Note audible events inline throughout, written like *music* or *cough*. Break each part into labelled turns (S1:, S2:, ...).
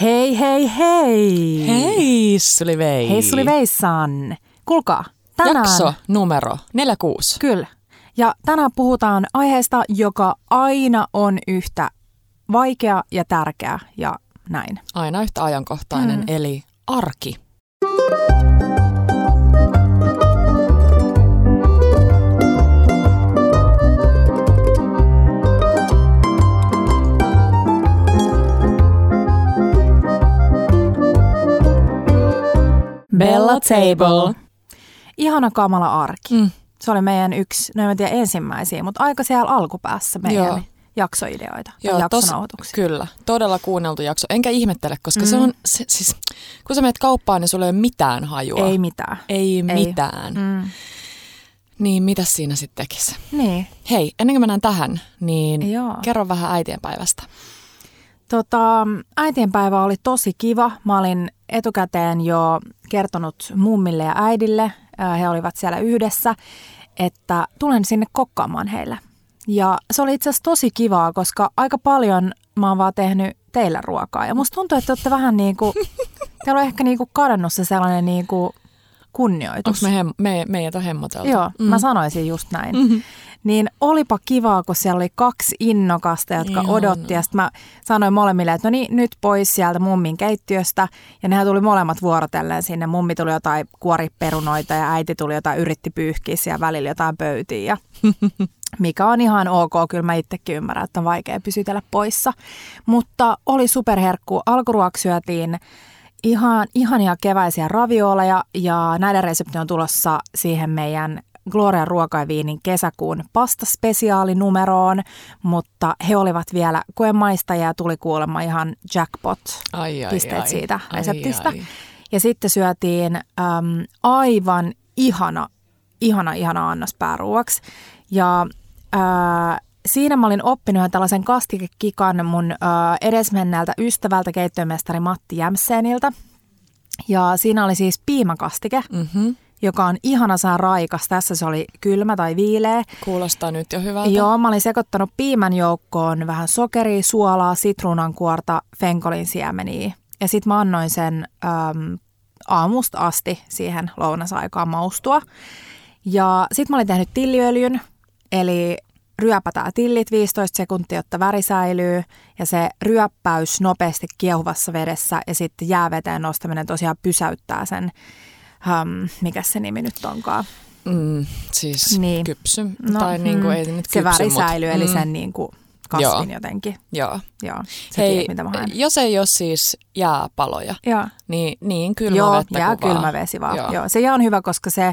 S1: Hei, hei, hei!
S2: Hei, Sulivei.
S1: Hei Suliveissan! Kuulkaa, tänään...
S2: Jakso numero 46.
S1: Kyllä. Ja tänään puhutaan aiheesta, joka aina on yhtä vaikea ja tärkeä ja näin.
S2: Aina yhtä ajankohtainen, mm. eli arki. Bella Table.
S1: Ihana kamala arki.
S2: Mm.
S1: Se oli meidän yksi, no en mä tiedä ensimmäisiä, mutta aika siellä alkupäässä meidän
S2: Joo.
S1: Joo. jaksoideoita ja
S2: tos-
S1: jaksonautuksia.
S2: Kyllä, todella kuunneltu jakso. Enkä ihmettele, koska
S1: Mm.
S2: se on, se, siis, kun sä menet kauppaan, niin sulla ei ole mitään hajua.
S1: Ei mitään.
S2: ei, ei. mitään.
S1: Mm.
S2: Niin mitä siinä sitten tekisi?
S1: Niin.
S2: Hei, ennen kuin mennään tähän, niin
S1: Joo.
S2: kerro vähän äitienpäivästä.
S1: Tota, äitienpäivä oli tosi kiva. Mä olin etukäteen jo kertonut mummille ja äidille, ää, he olivat siellä yhdessä, että tulen sinne kokkaamaan heille. Ja se oli itse asiassa tosi kivaa, koska aika paljon mä oon vaan tehnyt teillä ruokaa. Ja musta tuntuu, että te olette vähän niin kuin, teillä on ehkä niin kuin kadonnut se sellainen niin kuin
S2: Onko
S1: kunnioitus.
S2: me, hem, me, meidät on hemmoteltu?
S1: Joo, mm. mä sanoisin just näin. Mm-hmm. Niin olipa kivaa, kun siellä oli kaksi innokasta, jotka
S2: Ihanaa.
S1: odotti. Ja sitten mä sanoin molemmille, että no niin, nyt pois sieltä mummin keittiöstä. Ja nehän tuli molemmat vuorotellen sinne. Mummi tuli jotain kuoriperunoita ja äiti tuli jotain, yritti pyyhkiä siellä välillä jotain pöytiä. Ja mikä on ihan ok, kyllä mä itsekin ymmärrän, että on vaikea pysytellä poissa. Mutta oli superherkku. Alkuruoksi syötiin ihan, ihania keväisiä ravioleja ja näiden resepti on tulossa siihen meidän Glorian ruoka ja viinin kesäkuun pastaspesiaalinumeroon, mutta he olivat vielä koemaistajia ja tuli kuulemma ihan jackpot
S2: Ai, ai,
S1: pisteet
S2: ai.
S1: siitä
S2: Ai,
S1: reseptistä.
S2: ai.
S1: Ja sitten syötiin äm, aivan ihana, ihana, ihana annos pääruoksi. Ja ää, siinä mä olin oppinut ihan tällaisen kastikekikan mun ää, edesmenneeltä ystävältä, keittiömestari Matti Jämseeniltä. Ja siinä oli siis piimakastike,
S2: Mm-hmm.
S1: joka on ihana saa raikas. Tässä se oli kylmä tai viileä.
S2: Kuulostaa nyt jo hyvältä.
S1: Joo, mä olin sekoittanut piimän joukkoon vähän sokeria, suolaa, sitruunankuorta, fenkolin siemeniä. Ja sit mä annoin sen äm, aamusta asti siihen lounasaikaan maustua. Ja sit mä olin tehnyt tilliöljyn, eli ryöpätään tillit 15 sekuntia, jotta väri säilyy. Ja se ryöppäys nopeasti kiehuvassa vedessä ja sitten jääveteen nostaminen tosiaan pysäyttää sen, äm, mikä se nimi nyt onkaan.
S2: Mm, siis niin.
S1: Niin.
S2: kypsy. No, tai mm, niin kuin, ei se nyt
S1: se
S2: kypsy,
S1: väri
S2: mut-
S1: säilyy, eli
S2: mm,
S1: sen niin kuin kasvin jotenkin.
S2: Joo.
S1: Joo, sä
S2: Hei,
S1: tiedät, mitä mä haen.
S2: jos ei ole siis jääpaloja,
S1: Joo,
S2: niin, niin kylmä
S1: joo
S2: vettä
S1: jää
S2: kuvaa.
S1: kylmä vesi vaan.
S2: Joo.
S1: Joo. Joo, se jää on hyvä, koska se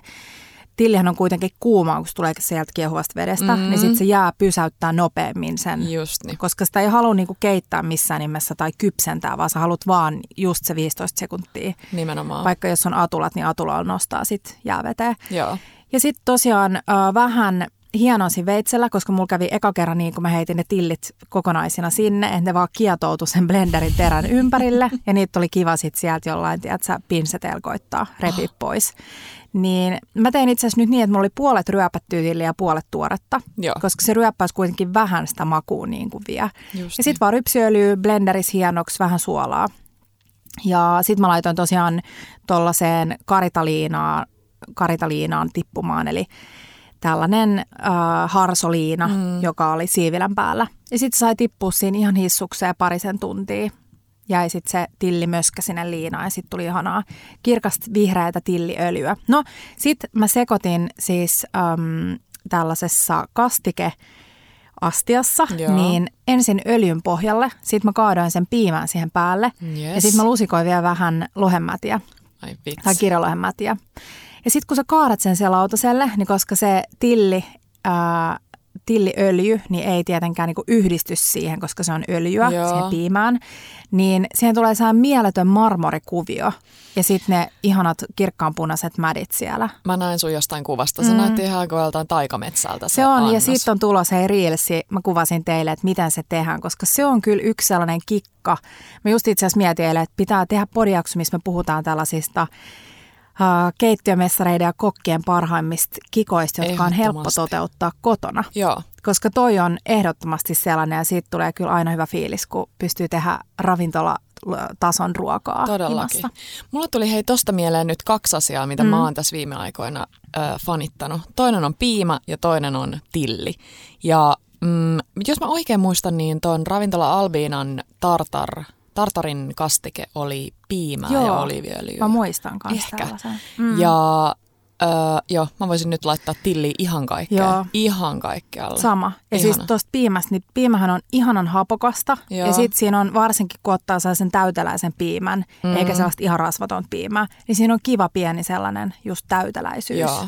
S1: tillihän on kuitenkin kuuma, kun se tulee sieltä kiehuvasta vedestä,
S2: Mm.
S1: mm-hmm. niin sitten se jää pysäyttää nopeammin sen. Joo.
S2: Just niin.
S1: Koska sitä ei halua niinku keittää missään nimessä tai kypsentää, vaan sä haluat vaan just se 15 sekuntia.
S2: Nimenomaan. Vaik-
S1: Vaikka jos on atulat, niin atulalla nostaa sit jääveteen.
S2: joo.
S1: Ja sitten tosiaan ö, vähän hienoisin veitsellä, koska mulla kävi eka kerran niin, kun mä heitin ne tillit kokonaisina sinne, että ne vaan kietoutui sen blenderin terän ympärille. Ja niitä oli kiva sitten sieltä jollain, tiedätkö, pinsetel koittaa repi pois. Niin mä tein itse asiassa nyt niin, että mulla oli puolet ryöpättyä tilliä ja puolet tuoretta,
S2: Joo.
S1: koska se ryöppäys kuitenkin vähän sitä makua niin kuin vie.
S2: Just
S1: Ja sitten vaan rypsiöljyä, blenderissä hienoksi, vähän suolaa. Ja sitten mä laitoin tosiaan tuollaiseen karitaliinaan, karitaliinaan tippumaan, eli tällainen äh, harsoliina, mm. joka oli siivilän päällä. Ja sitten sai tippua siinä ihan hissukseen parisen tuntia. Jäi sitten se tilli möskä sinne liinaan ja sitten tuli ihanaa kirkasta vihreätä tilliöljyä. No, sitten mä sekoitin siis äm, tällaisessa kastike astiassa,
S2: Joo.
S1: Joo. niin ensin öljyn pohjalle, sitten mä kaadoin sen piimään siihen päälle
S2: niin. Yes.
S1: ja sitten mä lusikoin vielä vähän lohenmätiä
S2: Ai
S1: tai
S2: vitsi.
S1: kirjalohenmätiä. Ja sitten kun sä kaadat sen siellä lautaselle, niin koska se tilli, ää, tilliöljy niin ei tietenkään niinku yhdisty siihen, koska se on öljyä
S2: Joo.
S1: Joo. siihen piimään, niin siihen tulee sehän mieletön marmorikuvio ja sitten ne ihanat kirkkaanpunaiset mädit siellä.
S2: Mä näin sun jostain kuvasta. Se mm. näytti ihan kuin joltain taikametsältä. Se,
S1: Se on,
S2: annos.
S1: ja siitä on tulos, hei Reelsi, mä kuvasin teille, että miten se tehdään, koska se on kyllä yksi sellainen kikka. Mä just itse asiassa mietin eilen, että pitää tehdä podiakso, missä me puhutaan tällaisista äh, keittiömestareiden ja kokkien parhaimmista kikoista, jotka on helppo
S2: Ehdottomasti.
S1: toteuttaa kotona.
S2: Joo.
S1: Koska toi on ehdottomasti sellainen, ja siitä tulee kyllä aina hyvä fiilis, kun pystyy tehdä ravintola tason ruokaa
S2: Todellakin.
S1: himassa.
S2: Mulla tuli hei tosta mieleen nyt kaksi asiaa, mitä
S1: Mm.
S2: mm. mä oon tässä viime aikoina ö, fanittanut. Toinen on piima ja toinen on tilli. Ja mm, jos mä oikein muistan, niin ton ravintola Albiinan tartar, tartarin kastike oli piimää ja
S1: Joo.
S2: oliiviöljyä.
S1: Mä muistan kanssa
S2: Ehkä.
S1: tällaisen.
S2: Mm. Ja ö, joo, mä voisin nyt laittaa tilli ihan kaikkea.
S1: Joo.
S2: Ihan kaikkealle.
S1: Sama. Ja
S2: Ihana.
S1: siis tuosta piimästä, niin piimähän on ihanan hapokasta.
S2: Joo.
S1: Ja sitten siinä on varsinkin, kun ottaa sellaisen täyteläisen piimän, mm. eikä sellaista ihan rasvatonta piimää, niin siinä on kiva pieni sellainen just täyteläisyys.
S2: Joo.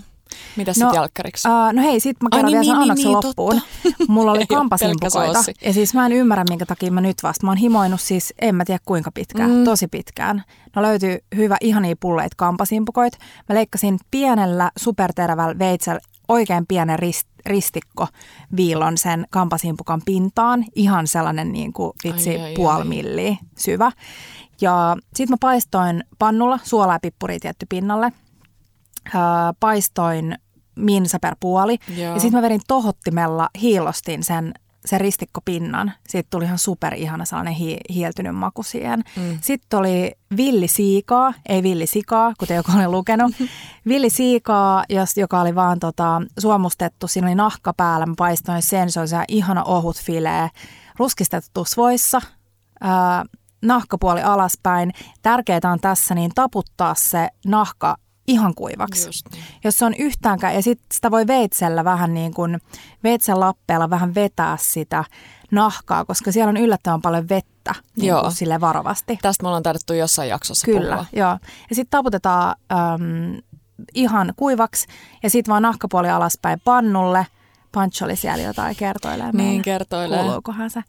S2: Mitä sitten
S1: No,
S2: no, jälkkäriksi?
S1: Uh, no hei, sit mä kerron
S2: Ai niin,
S1: vielä sen
S2: niin,
S1: annoksen
S2: niin, niin,
S1: loppuun. *laughs* Mulla oli
S2: Ei oo
S1: kampasimpukoita.
S2: pelkkä soossi.
S1: Ja siis mä en ymmärrä, minkä takia mä nyt vasta. Mä oon himoinut siis, en mä tiedä kuinka pitkään, mm. tosi pitkään. No löytyy hyvä, ihania pulleita kampasimpukoita. Mä leikkasin pienellä superterävällä veitsellä oikein pienen rist, ristikko viilon sen kampasimpukan pintaan. Ihan sellainen niin kuin vitsi
S2: Ai, ai,
S1: puoli
S2: ai.
S1: milliä syvä. Ja sit mä paistoin pannulla, suolaa ja pippuria tietty pinnalle ää, paistoin minsa per puoli.
S2: Joo.
S1: Ja sitten mä vedin tohottimella, hiilostin sen, sen ristikkopinnan. Siitä tuli ihan super ihana sellainen hi- hieltynyt maku siihen. Mm. Sitten oli villisiikaa, ei villisikaa, kuten joku oli lukenut. villisiikaa, jos- joka oli vaan tota, suomustettu, siinä oli nahka päällä. Mä paistoin sen, se oli se ihana ohut filee. Ruskistettu tusvoissa, ää, nahkapuoli alaspäin. Tärkeää on tässä niin taputtaa se nahka ihan kuivaksi
S2: Just niin.
S1: jos se on yhtäänkään, ja sitten sitä voi veitsellä vähän niin kuin, veitsen lappeella vähän vetää sitä nahkaa, koska siellä on yllättävän paljon vettä niin
S2: Joo.
S1: kuin sille varovasti.
S2: Tästä me ollaan taidettu jossain jaksossa
S1: Kyllä,
S2: puhua.
S1: joo. Ja sitten taputetaan äm, ihan kuivaksi ja sitten vaan nahkapuoli alaspäin pannulle. Punch oli siellä jotain kertoilee meille.
S2: Niin kertoilee.
S1: Kuuluukohan se.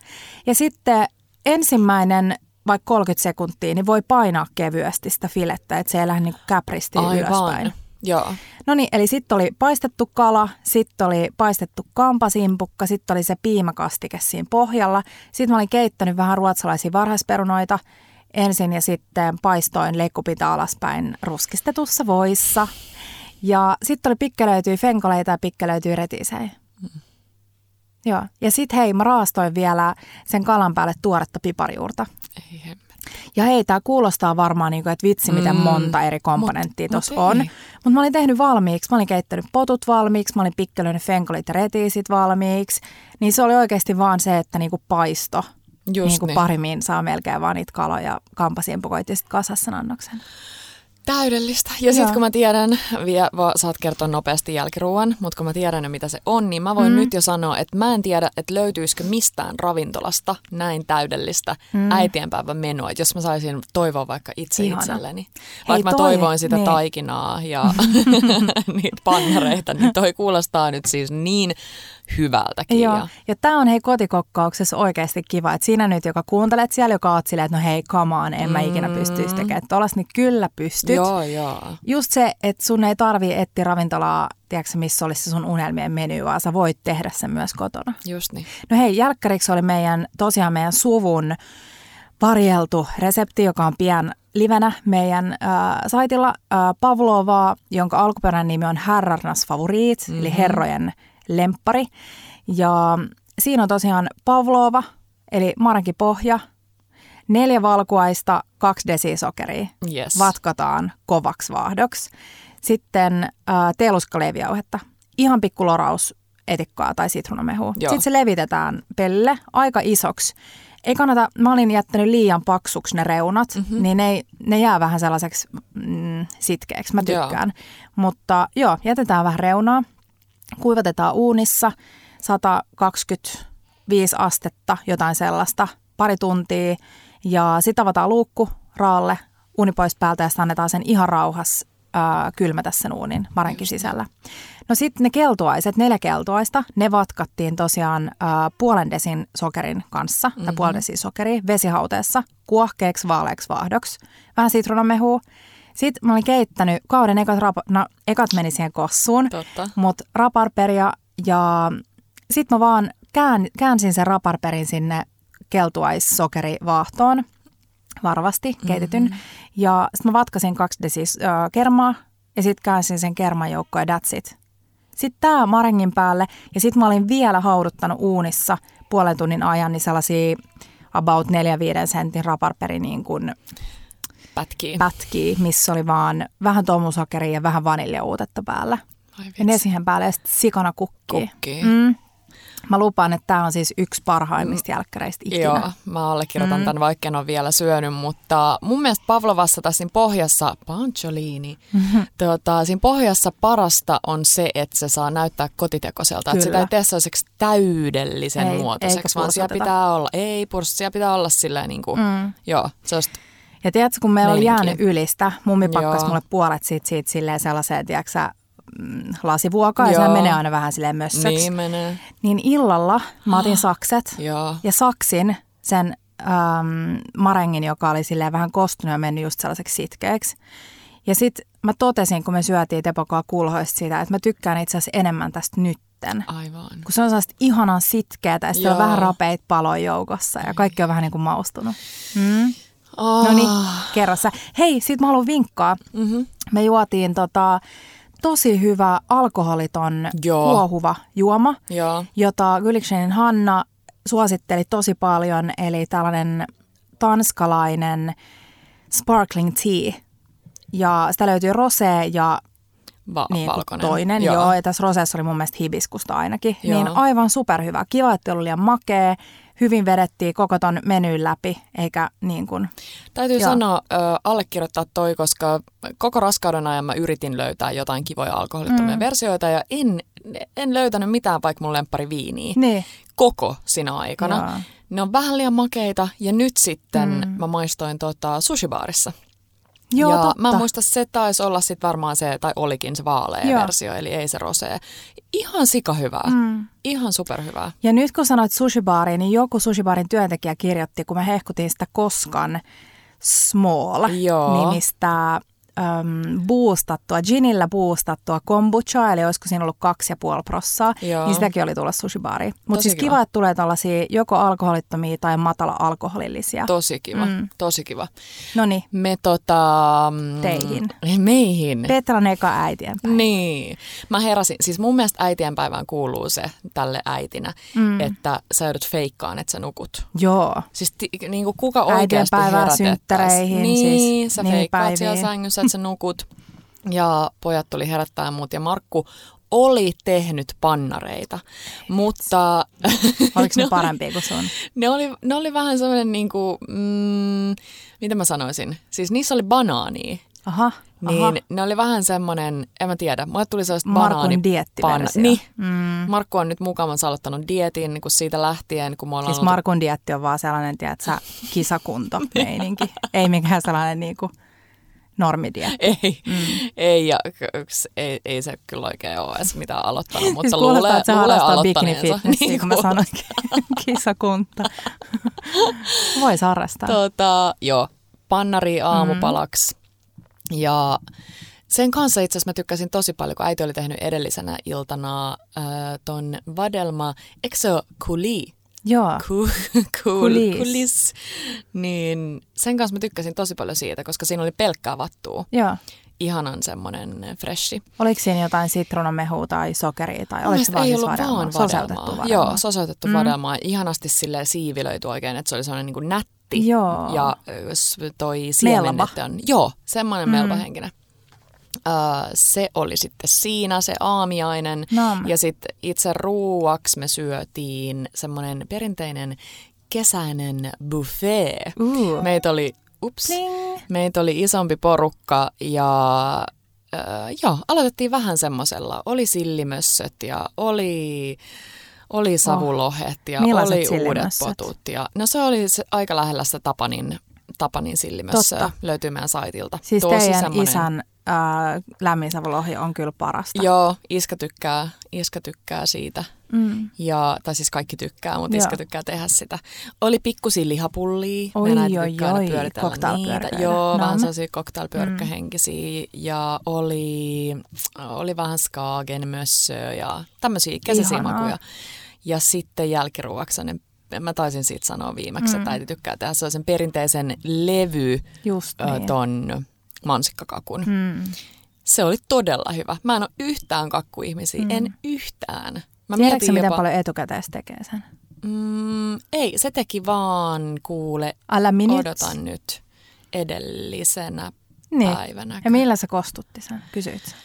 S1: Ja sitten ensimmäinen vaikka 30 sekuntia, niin voi painaa kevyesti sitä filettä, että se ei lähde niin käpristiä ylöspäin.
S2: Joo.
S1: No niin, eli sitten oli paistettu kala, sitten oli paistettu kampasimpukka, sitten oli se piimakastike siinä pohjalla. Sitten mä olin keittänyt vähän ruotsalaisia varhaisperunoita ensin ja sitten paistoin leikkupinta alaspäin ruskistetussa voissa. Ja sitten oli pikkelöityy fenkoleita ja pikkelöityy retisei. Joo. Ja sitten hei, mä raastoin vielä sen kalan päälle tuoretta piparijuurta.
S2: Ei hemmet.
S1: Ja hei, tämä kuulostaa varmaan, niinku, että vitsi, miten
S2: Mm.
S1: monta eri komponenttia
S2: Mut-
S1: tuossa
S2: mut
S1: on.
S2: ei.
S1: Mutta mä olin tehnyt valmiiksi. Mä olin keittänyt potut valmiiksi, mä olin pikkelöinyt fenkolit ja retiisit valmiiksi. Niin se oli oikeasti vaan se, että niinku paisto.
S2: Just
S1: niinku
S2: niin.
S1: pari min saa melkein vaan niitä kaloja kampasimpukoita ja sitten kasassa sen annoksen.
S2: Täydellistä. Ja sitten
S1: Joo.
S2: kun mä tiedän, vie, va, saat kertoa nopeasti jälkiruuan, mutta kun mä tiedän jo mitä se on, niin mä voin mm. nyt jo sanoa, että mä en tiedä, että löytyisikö mistään ravintolasta näin täydellistä mm. äitienpäivän menoa, että jos mä saisin toivoa vaikka itse
S1: Ihana.
S2: Ihana. itselleni.
S1: Hei,
S2: Vaikka mä
S1: toi-
S2: toivoin sitä
S1: niin. *laughs*
S2: taikinaa ja niitä pannareita, niin toi kuulostaa nyt siis niin hyvältäkin.
S1: Joo.
S2: Ja,
S1: Ja tämä on hei kotikokkauksessa oikeasti kiva, että siinä nyt, joka kuuntelet siellä, joka oot silleen, että no hei, come on, en mä ikinä pystyisi tekemään tuollaista, niin kyllä pystyt.
S2: Mm. joo, joo.
S1: Just se, että sun ei tarvii etsiä ravintolaa, tiedätkö, missä olisi se sun unelmien menu, vaan sä voit tehdä sen myös kotona.
S2: Just niin.
S1: No hei, jälkkäriksi oli meidän, tosiaan meidän suvun varjeltu resepti, joka on pian livenä meidän äh, saitilla. Äh, Pavlovaa, jonka alkuperäinen nimi on Herrarnas favorit, mm-hmm. eli herrojen lemppari. Ja siinä on tosiaan Pavlova, eli marankipohja, neljä valkuaista, kaksi desiä sokeria
S2: Yes.
S1: vatkataan kovaksi vaahdoksi. Sitten äh, teeluskaleviauhetta, ihan pikku loraus etikkaa tai sitruunamehua.
S2: Joo.
S1: Sitten se levitetään pelle aika isoksi. Ei kannata, mä olin jättänyt liian paksuksi ne reunat,
S2: Mhm.
S1: mm-hmm. niin ne, ei- ne jää vähän sellaiseksi mm, sitkeäksi, mä
S2: Joo.
S1: tykkään. Mutta joo, jätetään vähän reunaa, kuivatetaan uunissa 125 astetta, jotain sellaista, pari tuntia. Ja sitten avataan luukku raalle, uuni pois päältä ja sitten annetaan sen ihan rauhassa ää, kylmätä sen uunin marankin sisällä. No sitten ne keltuaiset, neljä keltuaista, ne vatkattiin tosiaan ää, puolen desin sokerin kanssa, mm-hmm. tai puolen desin sokeria, vesihauteessa, kuohkeeksi vaaleaksi vaahdoksi, vähän sitruunamehua. Sitten mä olin keittänyt kauden ekat, rapa, no, ekat meni siihen kossuun,
S2: Totta.
S1: mutta raparperia ja sitten mä vaan kään, käänsin sen raparperin sinne keltuaissokerivaahtoon, varvasti keitetyn. Mm-hmm. Ja sitten mä vatkasin kaksi desis äh, kermaa ja sitten käänsin sen kerman joukkoon ja that's it. Sitten tämä marengin päälle ja sitten mä olin vielä hauduttanut uunissa puolen tunnin ajan niin sellaisia about 4-5 sentin raparperi niin kuin
S2: pätkii.
S1: pätkiä, missä oli vaan vähän tommusokeria ja vähän vaniljauutetta päällä.
S2: Ai
S1: Ja ne
S2: vitsi.
S1: siihen päälle ja sitten sikana kukkii.
S2: Kukkii.
S1: Mm. Mä lupaan, että tämä on siis yksi parhaimmista jälkkäreistä ikinä.
S2: Mm. Joo, mä allekirjoitan mm. tämän, vaikka en ole vielä syönyt, mutta mun mielestä Pavlovassa tässä siinä pohjassa, pancholini, mm-hmm. tuota, siinä pohjassa parasta on se, että se saa näyttää kotitekoiselta. Että
S1: Kyllä.
S2: sitä ei tee sellaiseksi täydellisen
S1: Ei-
S2: ei,
S1: eikä
S2: muotoiseksi, vaan siellä
S1: pursuteta.
S2: pitää olla, ei purssi, siellä pitää olla silleen niin kuin, mm. joo, se on
S1: Ja tiedätkö, kun meillä oli
S2: Meininki.
S1: jäänyt ylistä, mummi pakkas
S2: Joo.
S1: mulle puolet siitä, siitä silleen sellaiseen, tiedätkö sä, mm, lasivuokaan, ja se
S2: Joo.
S1: menee aina vähän silleen mössöksi.
S2: niin menee,
S1: Niin illalla mä otin sakset
S2: joo.
S1: ja saksin sen äm, marengin, joka oli silleen vähän kostunut ja mennyt just sellaiseksi sitkeäksi. Ja sit mä totesin, kun me syötiin tepokaa kulhoista sitä, että mä tykkään itse asiassa enemmän tästä nytten.
S2: Aivan.
S1: Kun se on sellaista ihanan sitkeätä ja sitten on
S2: Joo.
S1: vähän rapeita paloja joukossa ja kaikki on vähän niin kuin maustunut.
S2: Oh.
S1: No niin, kerro sä. Hei, sit mä haluan vinkkaa.
S2: Mhm.
S1: Mm-hmm. Me juotiin tota, tosi hyvä alkoholiton
S2: Joo.
S1: kuohuva juoma,
S2: Joo.
S1: jota Gyliksenin Hanna suositteli tosi paljon, eli tällainen tanskalainen sparkling tea. Ja sitä löytyy rosé ja
S2: Va-
S1: niin kuin
S2: valkoinen.
S1: toinen, joo. joo. Ja tässä roseessa oli mun mielestä hibiskusta ainakin. Joo.
S2: Joo.
S1: Niin aivan superhyvä. Kiva, että ei ollut liian makea. Hyvin vedettiin koko ton menyn läpi, eikä niin kuin
S2: Täytyy
S1: Joo.
S2: Joo. sanoa, ö, allekirjoittaa toi, koska koko raskauden ajan mä yritin löytää jotain kivoja alkoholittomia mm. versioita ja en, en löytänyt mitään, vaikka mun lemppari viiniä
S1: Niin.
S2: koko sinä aikana.
S1: Joo.
S2: Ne on vähän liian makeita ja nyt sitten mm. mä maistoin tota sushibaarissa.
S1: Joo,
S2: ja
S1: totta.
S2: mä en muista, se taisi olla sitten varmaan se, tai olikin se vaalea
S1: Joo.
S2: Joo. versio, eli ei se rosee. Ihan sikahyvää. Mm. Ihan superhyvää.
S1: Ja nyt kun sanoit sushibaariin, niin joku sushibaarin työntekijä kirjoitti, kun mä hehkutin sitä koskan niin
S2: Joo.
S1: small-nimistä äm, boostattua, ginillä boostattua kombuchaa, eli olisiko siinä ollut kaksi ja puoli prossaa,
S2: Joo.
S1: niin sitäkin oli tulla sushibaariin. Mutta
S2: Tosi
S1: siis kiva,
S2: kiva.
S1: että tulee tällaisia joko alkoholittomia tai matala-alkoholillisia.
S2: Tosi kiva, mm. tosi kiva.
S1: no niin,
S2: Me tota... mm,
S1: Teihin.
S2: Meihin.
S1: Petran eka äitien.
S2: Niin. Mä heräsin, siis mun mielestä äitienpäivään kuuluu se tälle äitinä, mm. että sä joudut feikkaan, että sä nukut.
S1: Joo.
S2: Siis ti, niin kuin kuka oikeasti
S1: Äitienpäivää
S2: herätettäis?
S1: synttäreihin,
S2: Niin,
S1: siis
S2: sä
S1: niihin
S2: feikkaat
S1: päiviin.
S2: siellä sängyssä, että sä nukut. Ja pojat tuli herättää muut ja Markku oli tehnyt pannareita, mutta
S1: Oliko
S2: *laughs* Niin
S1: ne parempia kuin sun?
S2: ne oli, ne oli vähän semmoinen niin kuin, mm, mitä mä sanoisin, siis niissä oli banaania.
S1: Aha,
S2: Niin
S1: aha.
S2: ne oli vähän semmoinen, en mä tiedä, mulle tuli sellaista
S1: Markun
S2: banaani-
S1: diettiversio.
S2: Niin.
S1: Mm.
S2: Markku on nyt mukavansa aloittanut dietin niin kuin siitä lähtien, kun me ollaan
S1: Siis Markun dietti on vaan sellainen, tiedätkö, kisakunto
S2: Niin.
S1: meininki. Ei mikään sellainen niin kuin normidietti.
S2: *laughs* Ei, mm. ei, ja, k- s- ei, ei se kyllä oikein ole edes mitään aloittanut, mutta
S1: Siis
S2: luulee,
S1: kuulostaa, että se
S2: luulee
S1: harrastaa
S2: aloittaneensa. Niin
S1: bikini-fitnessiä, kun mä
S2: *laughs* kuul-
S1: sanoin *laughs*
S2: *laughs*
S1: kisakunta. Voisi harrastaa.
S2: Tota, joo, pannari aamupalaksi.
S1: Mm.
S2: Ja sen kanssa itse asiassa mä tykkäsin tosi paljon, kun äiti oli tehnyt edellisenä iltana äh, ton vadelma, eikö se ole kuli?
S1: Joo.
S2: cool, cool,
S1: Kulis.
S2: kulis. kulis. Niin sen kanssa mä tykkäsin tosi paljon siitä, koska siinä oli pelkkää vattua.
S1: Joo.
S2: Ihanan semmoinen freshi.
S1: Oliko siinä jotain sitruunamehua tai sokeria tai
S2: Mun
S1: oliko se
S2: mielestä
S1: vaan
S2: ei
S1: siis
S2: ollut
S1: vadelmaa?
S2: vaan
S1: Soseutettu
S2: vadelmaa.
S1: vadelmaa.
S2: Joo, soseutettu mm. vadelmaa. Ihanasti sille siivilöity oikein, että se oli semmoinen niin nätti.
S1: Joo.
S2: Ja ö, s- toi
S1: Melba.
S2: siemenet on, joo, semmoinen mm. melvahenkinen. Öö, se oli sitten siinä se aamiainen.
S1: Nam.
S2: Ja sitten itse ruuaksi me syötiin semmoinen perinteinen kesäinen buffet.
S1: Uu.
S2: Meitä oli, ups,
S1: Pling.
S2: meitä oli isompi porukka ja äh, joo, aloitettiin vähän semmoisella. Oli sillimössöt ja oli, oli savulohet ja
S1: Oh. Millaiset
S2: oli uudet
S1: sillimössöt?
S2: potut. Ja, no se oli se, aika lähellä sitä Tapanin, Tapanin sillimössöä.
S1: Totta.
S2: Löytyy meidän saitilta.
S1: Siis
S2: Tosi
S1: teidän
S2: semmoinen-
S1: isän ää, lämminsavolohi on kyllä parasta.
S2: Joo, iskä tykkää, iskä tykkää siitä. Mm. Ja, tai siis kaikki tykkää, mutta
S1: Joo.
S2: iskä tykkää tehdä sitä. Oli pikkusia lihapullia.
S1: Oi,
S2: Meidän äiti
S1: oi,
S2: tykkää aina
S1: oi, No.
S2: pyöritellä
S1: cocktailpyörköillä.
S2: niitä. Joo,
S1: Nam.
S2: vähän sellaisia cocktailpyörkkähenkisiä. Ja oli, oli vähän skaagen mössöä ja tämmöisiä kesäisiä
S1: Ihanaa.
S2: makuja. Ja sitten jälkiruoksainen Mä taisin siitä sanoa viimeksi, mm. että äiti tykkää tehdä sellaisen perinteisen levy
S1: Just
S2: ö,
S1: niin.
S2: ton mansikkakakun.
S1: Mm.
S2: Se oli todella hyvä. Mä en ole yhtään kakkuihmisiä, mm. en yhtään. Mä
S1: Tiedätkö sä,
S2: mietin
S1: miten
S2: jopa,
S1: paljon etukäteen se tekee sen?
S2: Mm, ei, se teki vaan kuule,
S1: Alla minutes.
S2: odotan nyt edellisenä
S1: Niin.
S2: päivänä.
S1: Ja millä sä kostutti sen? Kysyit sä?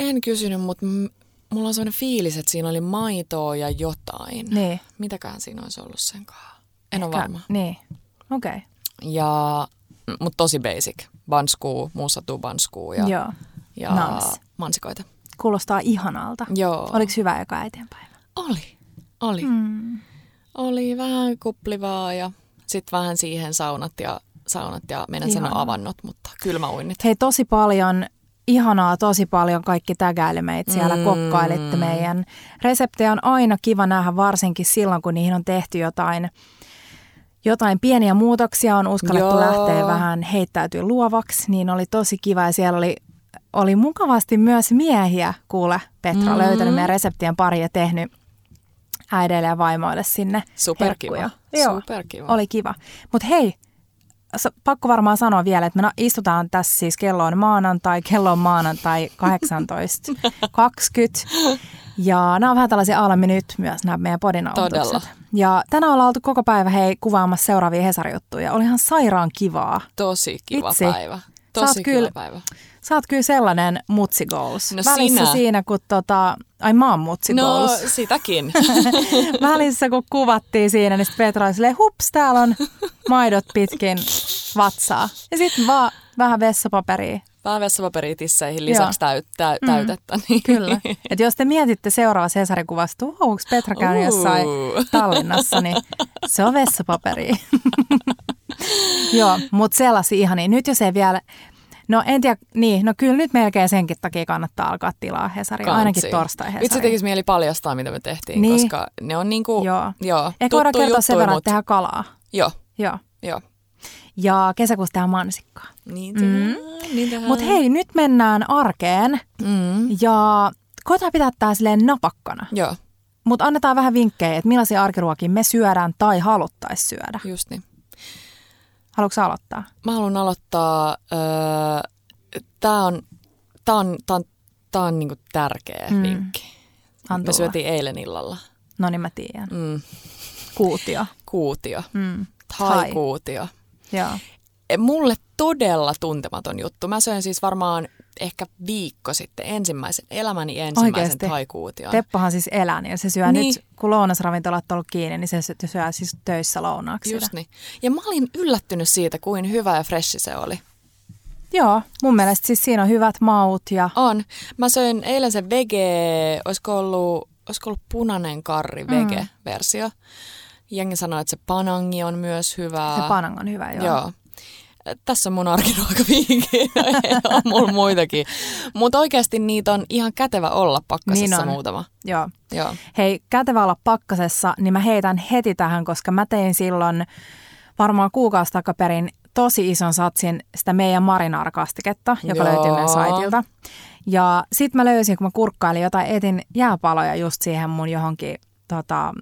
S2: En kysynyt, mutta m- mulla on sellainen fiilis, että siinä oli maitoa ja jotain.
S1: Niin.
S2: Mitäkään siinä olisi ollut senkaan. En ole
S1: Ka-
S2: varma.
S1: Niin. Okei. Okay.
S2: Ja, mutta tosi basic. Banskuu, muussa tuu banskuu ja,
S1: Joo.
S2: ja
S1: Nams.
S2: mansikoita.
S1: Kuulostaa ihanalta.
S2: Joo.
S1: Oliko hyvä eka eteenpäin?
S2: Oli. Oli.
S1: Mm.
S2: Oli vähän kuplivaa ja sitten vähän siihen saunat ja saunat ja meidän sen
S1: Ihanaa.
S2: avannut, mutta kylmä uinnit.
S1: Hei, tosi paljon, ihanaa tosi paljon kaikki tägäili meitä siellä, mm.
S2: Mm.
S1: kokkailitte meidän. Reseptejä on aina kiva nähdä, varsinkin silloin, kun niihin on tehty jotain, jotain pieniä muutoksia, on uskallettu Joo.
S2: Joo.
S1: lähteä vähän heittäytyä luovaksi, niin oli tosi kiva ja siellä oli oli mukavasti myös miehiä, kuule Petra, mm.
S2: Mm.
S1: löytänyt meidän reseptien pari ja tehnyt äideille ja vaimoille sinne
S2: Superkiva.
S1: herkkuja. Joo.
S2: Superkiva.
S1: Oli kiva. Mutta hei, s- pakko varmaan sanoa vielä, että me na- istutaan tässä siis kello on maanantai, kello on
S2: *laughs*
S1: maanantai 18.20. Ja nämä on vähän tällaisia alami nyt myös nämä meidän podin aloitukset.
S2: Todella.
S1: Ja tänään ollaan oltu koko päivä hei kuvaamassa seuraavia Hesarjuttuja. Oli ihan sairaan kivaa.
S2: Tosi kiva
S1: Itse.
S2: päivä.
S1: Sä oot
S2: Tosi kiva
S1: kyllä-
S2: päivä.
S1: Sä oot kyllä sellainen mutsi goals.
S2: No
S1: Välissä
S2: sinä.
S1: siinä, kun tota, ai mä oon mutsi
S2: No
S1: goals.
S2: sitäkin.
S1: *laughs* Välissä kun kuvattiin siinä, niin sit Petra oli silleen, hups, täällä on maidot pitkin vatsaa. Ja sitten vaan vähän vessapaperia.
S2: Vähän vessapaperia tisseihin
S1: Joo. Mm.
S2: lisäksi täyt, täy, täytettä. Niin. *laughs*
S1: Kyllä. Et jos te mietitte seuraava Cesarin kuvasta, "Wow, onko Petra käynyt
S2: Uu.
S1: jossain Tallinnassa, niin se on vessapaperi. *laughs* Joo, mutta sellaisia ihan niin. Nyt jos ei vielä, no en tiedä, niin, no kyllä nyt melkein senkin takia kannattaa alkaa tilaa Hesaria, ainakin
S2: Kansi.
S1: torstai
S2: Nyt se
S1: Hesari.
S2: tekisi mieli paljastaa, mitä me tehtiin,
S1: Niin.
S2: niin. koska ne on niinku,
S1: Joo.
S2: joo, joo
S1: Ehkä voidaan kertoa sen verran, että
S2: mutta-
S1: tehdään kalaa.
S2: Joo,
S1: Joo.
S2: joo.
S1: Ja kesäkuussa tehdään mansikkaa.
S2: Niin tehdään, mm. niin tehdään.
S1: Mutta hei, nyt mennään arkeen
S2: Mm.
S1: ja koetaan pitää tämä silleen napakkana.
S2: Joo,
S1: Mutta annetaan vähän vinkkejä, että millaisia arkiruokia me syödään tai haluttaisiin syödä.
S2: just niin.
S1: Haluatko sä aloittaa?
S2: Mä haluan aloittaa, öö, tää on, tää on, tää on, tää on niinku tärkeä
S1: Mm.
S2: mm. vinkki.
S1: Anna
S2: Me
S1: tulla.
S2: syötiin eilen illalla.
S1: No niin mä tiedän.
S2: Mm.
S1: Kuutio.
S2: Kuutio,
S1: Mm. Thai.
S2: thai kuutio. E,
S1: Joo.
S2: mulle todella tuntematon juttu. Mä söin siis varmaan ehkä viikko sitten ensimmäisen, elämäni ensimmäisen
S1: Oikeesti?
S2: taikuution.
S1: Teppohan siis elää, niin se syö
S2: Niin.
S1: nyt, kun lounasravintolat on ollut kiinni, niin se sy- syö siis töissä lounaaksi.
S2: Just
S1: sitä.
S2: niin. Ja mä olin yllättynyt siitä, kuin hyvä ja freshi se oli.
S1: Joo, mun mielestä siis siinä on hyvät maut ja
S2: On. Mä söin eilen se vege, olisiko ollut, olisiko ollut punainen
S1: Mm.
S2: karri vege-versio. Jengi sanoi, että se panangi on myös hyvää.
S1: se panang on hyvä. Joo.
S2: Joo. Tässä on mun arkiruokavinkki. *laughs* on mulla muitakin. Mutta oikeasti niitä on ihan kätevä olla pakkasessa
S1: Niin on.
S2: muutama.
S1: Joo.
S2: Joo.
S1: Hei, kätevä olla pakkasessa, niin mä heitän heti tähän, koska mä tein silloin varmaan kuukausi takaperin tosi ison satsin sitä meidän marinaarakastiketta, joka Joo.
S2: Joo.
S1: löytyy meidän saitilta. Ja sit mä löysin, kun mä kurkkailin jotain, etin jääpaloja just siihen mun johonkin tota,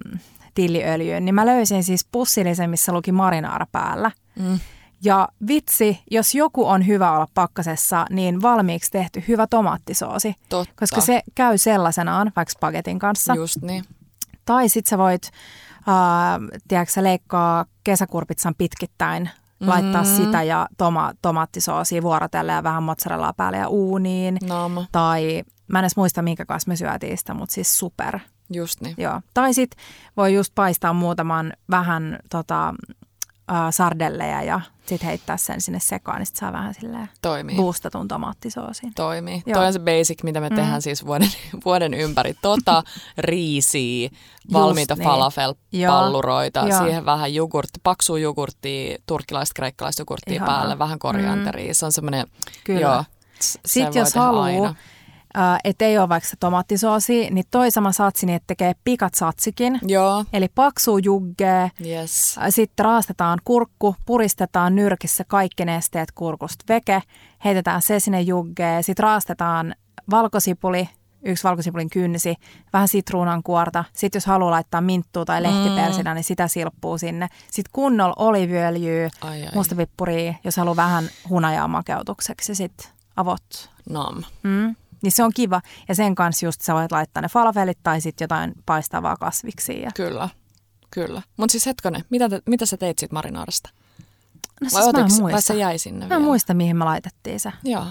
S1: tilliöljyyn, niin mä löysin siis pussillisen, missä luki marinaara päällä.
S2: Mm.
S1: Ja vitsi, jos joku on hyvä olla pakkasessa, niin valmiiksi tehty hyvä tomaattisoosi,
S2: Totta.
S1: koska se käy sellaisenaan, vaikka spagetin kanssa.
S2: Just niin.
S1: Tai sitten sä voit, äh, tiedätkö, sä leikkaa kesäkurpitsan pitkittäin, laittaa
S2: Mm.
S1: sitä ja toma- tomaattisoosia vuorotellen ja vähän mozzarellaa päälle ja uuniin.
S2: Naama.
S1: Tai mä en edes muista, minkä kanssa me syötiin sitä, mutta siis super.
S2: Just niin.
S1: Joo. Tai sitten voi just paistaa muutaman vähän tota, äh, sardelleja ja sitten heittää sen sinne sekaan, niin sit saa vähän silleen
S2: Toimii.
S1: boostatun tomaattisoosiin.
S2: Toimii.
S1: Joo.
S2: Joo. Toi on se basic, mitä me mm. tehdään siis vuoden, *laughs* vuoden ympäri. Tota, riisiä, valmiita
S1: niin. Joo.
S2: falafel-palluroita,
S1: Joo.
S2: siihen vähän jogurtti, paksua jogurttia, turkkilaista, kreikkalaista jogurttia
S1: Ihanaa. Mm.
S2: päälle, vähän korianteria. Se on semmoinen,
S1: Kyllä.
S2: joo.
S1: Sitten jos haluaa, että ei ole vaikka sitä tomaattisoosia, niin toi sama satsi, niin että tekee pikat satsikin.
S2: Joo,
S1: Eli paksu jugge,
S2: yes.
S1: sitten raastetaan kurkku, puristetaan nyrkissä kaikki nesteet kurkusta veke, heitetään se sinne juggeen, sitten raastetaan valkosipuli, yksi valkosipulin kynsi, vähän sitruunan kuorta. Sitten jos haluaa laittaa minttua tai lehtipersinä, mm. niin sitä silppuu sinne. Sitten kunnolla oliviöljyä,
S2: Ai ai, Musta...
S1: mustapippuria, jos haluaa vähän hunajaa makeutukseksi, sitten avot
S2: nam.
S1: Mm. Niin se on kiva. Ja sen kanssa just sä voit laittaa ne falafelit tai sitten jotain paistavaa kasviksia. Ja
S2: Kyllä. Kyllä. Mutta siis hetkonen, mitä, te, mitä sä teit siitä marinaadasta?
S1: No siis mä en
S2: otiks- vai
S1: muista.
S2: se jäi sinne
S1: Mä en
S2: vielä?
S1: muista, mihin me laitettiin se.
S2: Joo,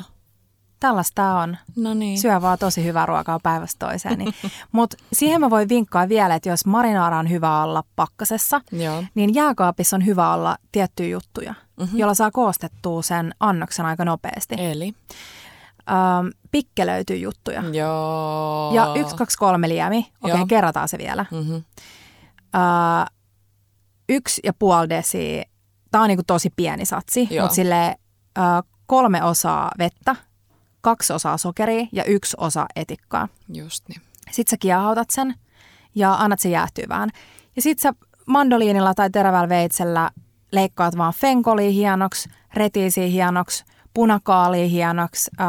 S1: Tällaista on.
S2: no niin.
S1: Syö vaan tosi hyvää ruokaa päivästä toiseen. *laughs* Niin. Mutta siihen mä voin vinkkaa vielä, että jos marinaara on hyvä olla pakkasessa,
S2: Joo.
S1: niin jääkaapissa on hyvä olla tiettyjä juttuja, mm-hmm. jolla saa koostettua sen annoksen aika nopeasti.
S2: Eli?
S1: Öm, pikkelöityy juttuja.
S2: Joo.
S1: Ah. Ja yksi, kaksi, kolme liemi. Okei,
S2: Joo.
S1: okay, kerrataan se vielä.
S2: Mm-hmm.
S1: Öö, yksi ja puoli desi, tämä on niinku tosi pieni satsi,
S2: Joo.
S1: mutta sille öö, kolme osaa vettä, kaksi osaa sokeria ja yksi osa etikkaa.
S2: Just niin.
S1: Sitten sä kiehautat sen ja annat sen jäähtyä vähän. Ja sit sä mandoliinilla tai terävällä veitsellä leikkaat vaan fenkoliin hienoksi, retiisiin hienoksi, punakaaliin hienoksi, äm,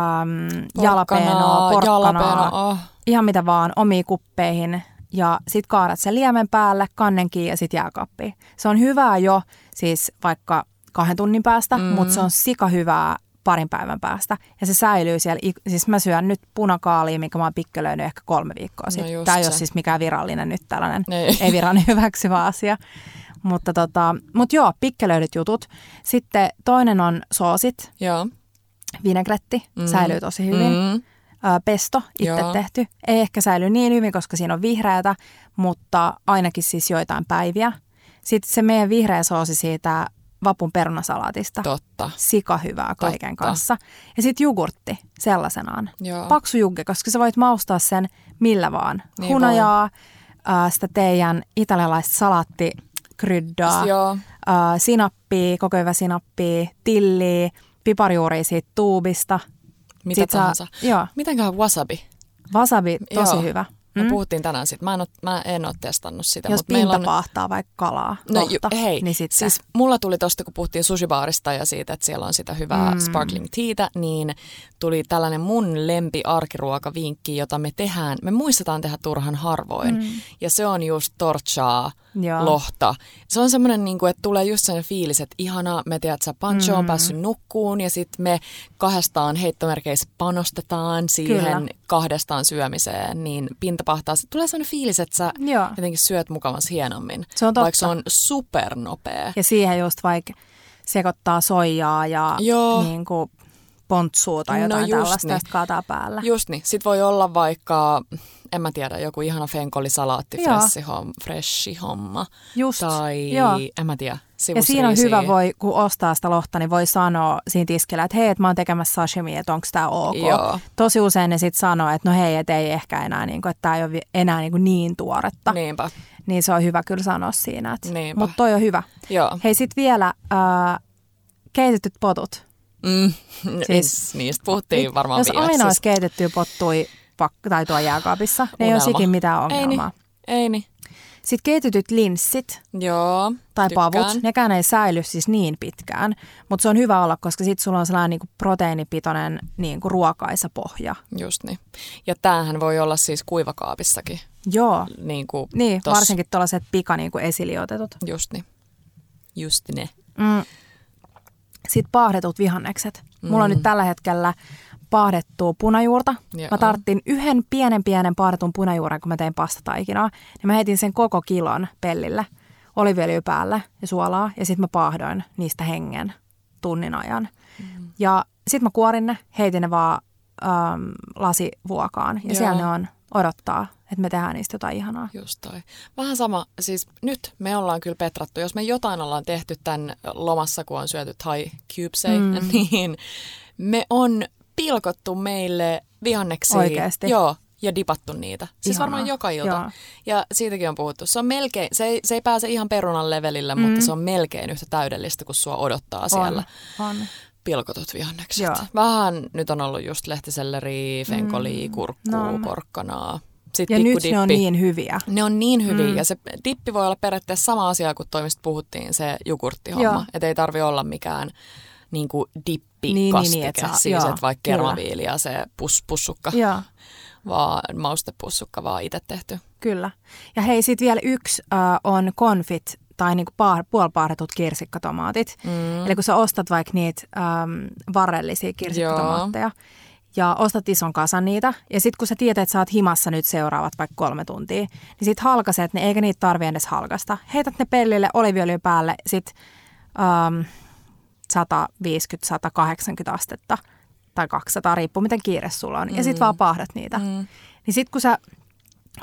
S1: jalapenoa, porkkanaa,
S2: Jalapeno, oh.
S1: ihan mitä vaan, omiin kuppeihin. Ja sit kaadat sen liemen päälle, kannen kiinni ja sit jääkaappiin. Se on hyvää jo siis vaikka kahden tunnin päästä, mm. mutta se on sika hyvää parin päivän päästä. Ja se säilyy siellä, ik- siis mä syön nyt punakaalia, minkä mä oon pikkelöinyt ehkä kolme viikkoa
S2: No
S1: sitten.
S2: just
S1: Tämä ei ole
S2: se.
S1: siis mikään virallinen nyt tällainen,
S2: Ei.
S1: ei, *laughs* ei virallinen hyväksyvä asia. Mutta tota, mut joo, pikkelöidyt jutut. Sitten toinen on soosit,
S2: Joo.
S1: vinegretti, mm. säilyy tosi hyvin
S2: Mm.
S1: ää, pesto itse
S2: Joo.
S1: tehty. Ei ehkä säily niin hyvin, koska siinä on vihreätä, mutta ainakin siis joitain päiviä. Sitten se meidän vihreä soosi siitä vapun perunasalaatista.
S2: Totta.
S1: Sika hyvää kaiken
S2: Totta.
S1: kanssa. Ja sitten jogurtti sellaisenaan.
S2: Joo.
S1: Paksu jugge, koska sä voit maustaa sen millä vaan.
S2: Niin
S1: Niin Hunajaa, ää, sitä teidän italialaista salaattikryddaa,
S2: Joo.
S1: ää, sinappia, kokoiväsinappia, tilliä, piparijuuria siitä tuubista.
S2: Mitä
S1: Sit
S2: Sitten
S1: sä-
S2: tahansa.
S1: joo.
S2: Mitenköhän wasabi?
S1: Wasabi, tosi
S2: Joo.
S1: hyvä.
S2: Me puhuttiin tänään siitä. Mä en, oo, mä en ole testannut sitä.
S1: Mm. Jos
S2: mut meillä
S1: pinta
S2: on...
S1: paahtaa vaikka kalaa
S2: No
S1: kohta,
S2: ju- hei,
S1: niin sitten.
S2: siis mulla tuli tosta, kun puhuttiin sushibaarista ja siitä, että siellä on sitä hyvää mm. sparkling teatä, niin tuli tällainen mun lempi arkiruokavinkki, jota me tehdään, me muistetaan tehdä turhan harvoin. Mm. Ja se on just torchaa,
S1: Joo.
S2: lohta. Se on semmoinen, niin että tulee just sen fiilis, että ihanaa, me tiedät, sä Pancho
S1: Mm.
S2: on päässyt nukkuun ja sitten me kahdestaan heittomerkeissä panostetaan siihen
S1: Kyllä.
S2: kahdestaan syömiseen, niin pinta pahtaa. Sitten tulee sellainen fiilis, että sä
S1: Joo.
S2: jotenkin syöt mukavasti hienommin.
S1: Se on totta.
S2: Vaikka se on supernopea.
S1: Ja siihen just vaikka sekoittaa soijaa ja
S2: Joo.
S1: niin kuin pontsua tai
S2: No
S1: jotain
S2: just
S1: tällaista,
S2: niin.
S1: niin. kaataa päällä.
S2: Just niin. Sitten voi olla vaikka, en mä tiedä, joku ihana fenkolisalaatti,
S1: Joo.
S2: freshi homma, freshi homma.
S1: Just,
S2: Tai,
S1: joo.
S2: en mä tiedä,
S1: ja siinä on
S2: sivusriisiä.
S1: hyvä, voi, kun ostaa sitä lohta, niin voi sanoa siinä tiskillä, että hei, että mä oon tekemässä sashimia, että onko tämä ok.
S2: Joo.
S1: Tosi usein ne sitten sanoo, että no hei, et ei ehkä enää, niin kuin, että tämä ei ole vi- enää niin, kuin niin tuoretta. Niin.
S2: Niinpä,
S1: niin se on hyvä kyllä sanoa siinä. että-
S2: Niinpä.
S1: Mutta toi on hyvä.
S2: joo.
S1: Hei, sitten vielä äh, keitetyt potut.
S2: Mm.
S1: Siis-
S2: Siis, niistä puhuttiin varmaan
S1: Jos
S2: viimeksi.
S1: aina olisi
S2: Siis-
S1: keitettyä pottui pak- tai tuo jääkaapissa, ne ei
S2: Unelma.
S1: olisi ikin mitään
S2: Ei niin,
S1: ongelmaa.
S2: ei niin.
S1: Sitten keitetyt linssit
S2: Joo,
S1: tai
S2: tykkään.
S1: pavut, nekään ei säily siis niin pitkään, mutta se on hyvä olla, koska sitten sulla on sellainen niinku proteiinipitoinen niinku ruokaisa pohja.
S2: Just niin. Ja tämähän voi olla siis kuivakaapissakin.
S1: Joo,
S2: Niin, kuin
S1: niin,
S2: tossa.
S1: varsinkin tuollaiset pika niinku esilioitetut.
S2: Just niin. Just ne.
S1: Mm. Sitten paahdetut vihannekset. Mulla on nyt tällä hetkellä paahdettua punajuurta.
S2: Joo.
S1: Mä tarttin yhden pienen pienen paahdetun punajuuren, kun mä tein pastataikinaa. Ja mä heitin sen koko kilon pellille. Oliviöljy päälle ja suolaa. Ja sitten mä paahdoin niistä hengen tunnin ajan. Mm. Ja sitten mä kuorin ne, heitin ne vaan äm, lasivuokaan. Ja
S2: Joo.
S1: Joo. siellä ne on odottaa, että me tehdään niistä jotain ihanaa.
S2: Just toi. Vähän sama, siis nyt me ollaan kyllä petrattu. Jos me jotain ollaan tehty tämän lomassa, kun on syöty Thai cubesei, mm. *laughs* niin me on pilkottu meille vihanneksi.
S1: Oikeesti?
S2: Joo, ja dipattu niitä. Siis
S1: Ihanaa.
S2: varmaan joka ilta.
S1: Joo.
S2: Ja siitäkin on puhuttu. Se on melkein, se ei, se ei pääse ihan perunan levelillä, mm. mutta se on melkein yhtä täydellistä, kun sua odottaa siellä
S1: On, on.
S2: pilkotut vihannekset.
S1: Joo.
S2: Vähän nyt on ollut just lehtiselleri, fenkoli, kurkkuu,
S1: Nam.
S2: porkkanaa. Sitten
S1: No, Ja nyt ne on
S2: pikkudippi.
S1: niin hyviä.
S2: Ne on niin hyviä mm. ja se dippi voi olla periaatteessa sama asia kuin toimista puhuttiin, se
S1: Joo.
S2: jogurttihomma. Että ei tarvi olla mikään niin kuin dippikastike,
S1: Niin,
S2: niin,
S1: niin,
S2: niin,
S1: et saa-
S2: siis
S1: joo,
S2: että vaikka
S1: kyllä.
S2: kermaviili ja se pus, pussukka,
S1: Joo.
S2: vaan maustepussukka vaan itse tehty.
S1: Kyllä. Ja hei, sitten vielä yksi äh, on konfit tai niinku paar, puolipaahdetut kirsikkatomaatit. Mm. Eli kun sä ostat vaikka niitä äm, varrellisia kirsikkatomaatteja ja ostat ison kasan niitä. Ja sitten kun sä tiedät, että sä oot himassa nyt seuraavat vaikka kolme tuntia, niin sit halkaset ne, eikä niitä tarvi edes halkasta. Heität ne pellille, oliviöljy päälle, sit um, 150-180 astetta tai 200, riippuu miten kiire sulla on. Ja sit vaan paahdat niitä. Mm. Niin sit kun sä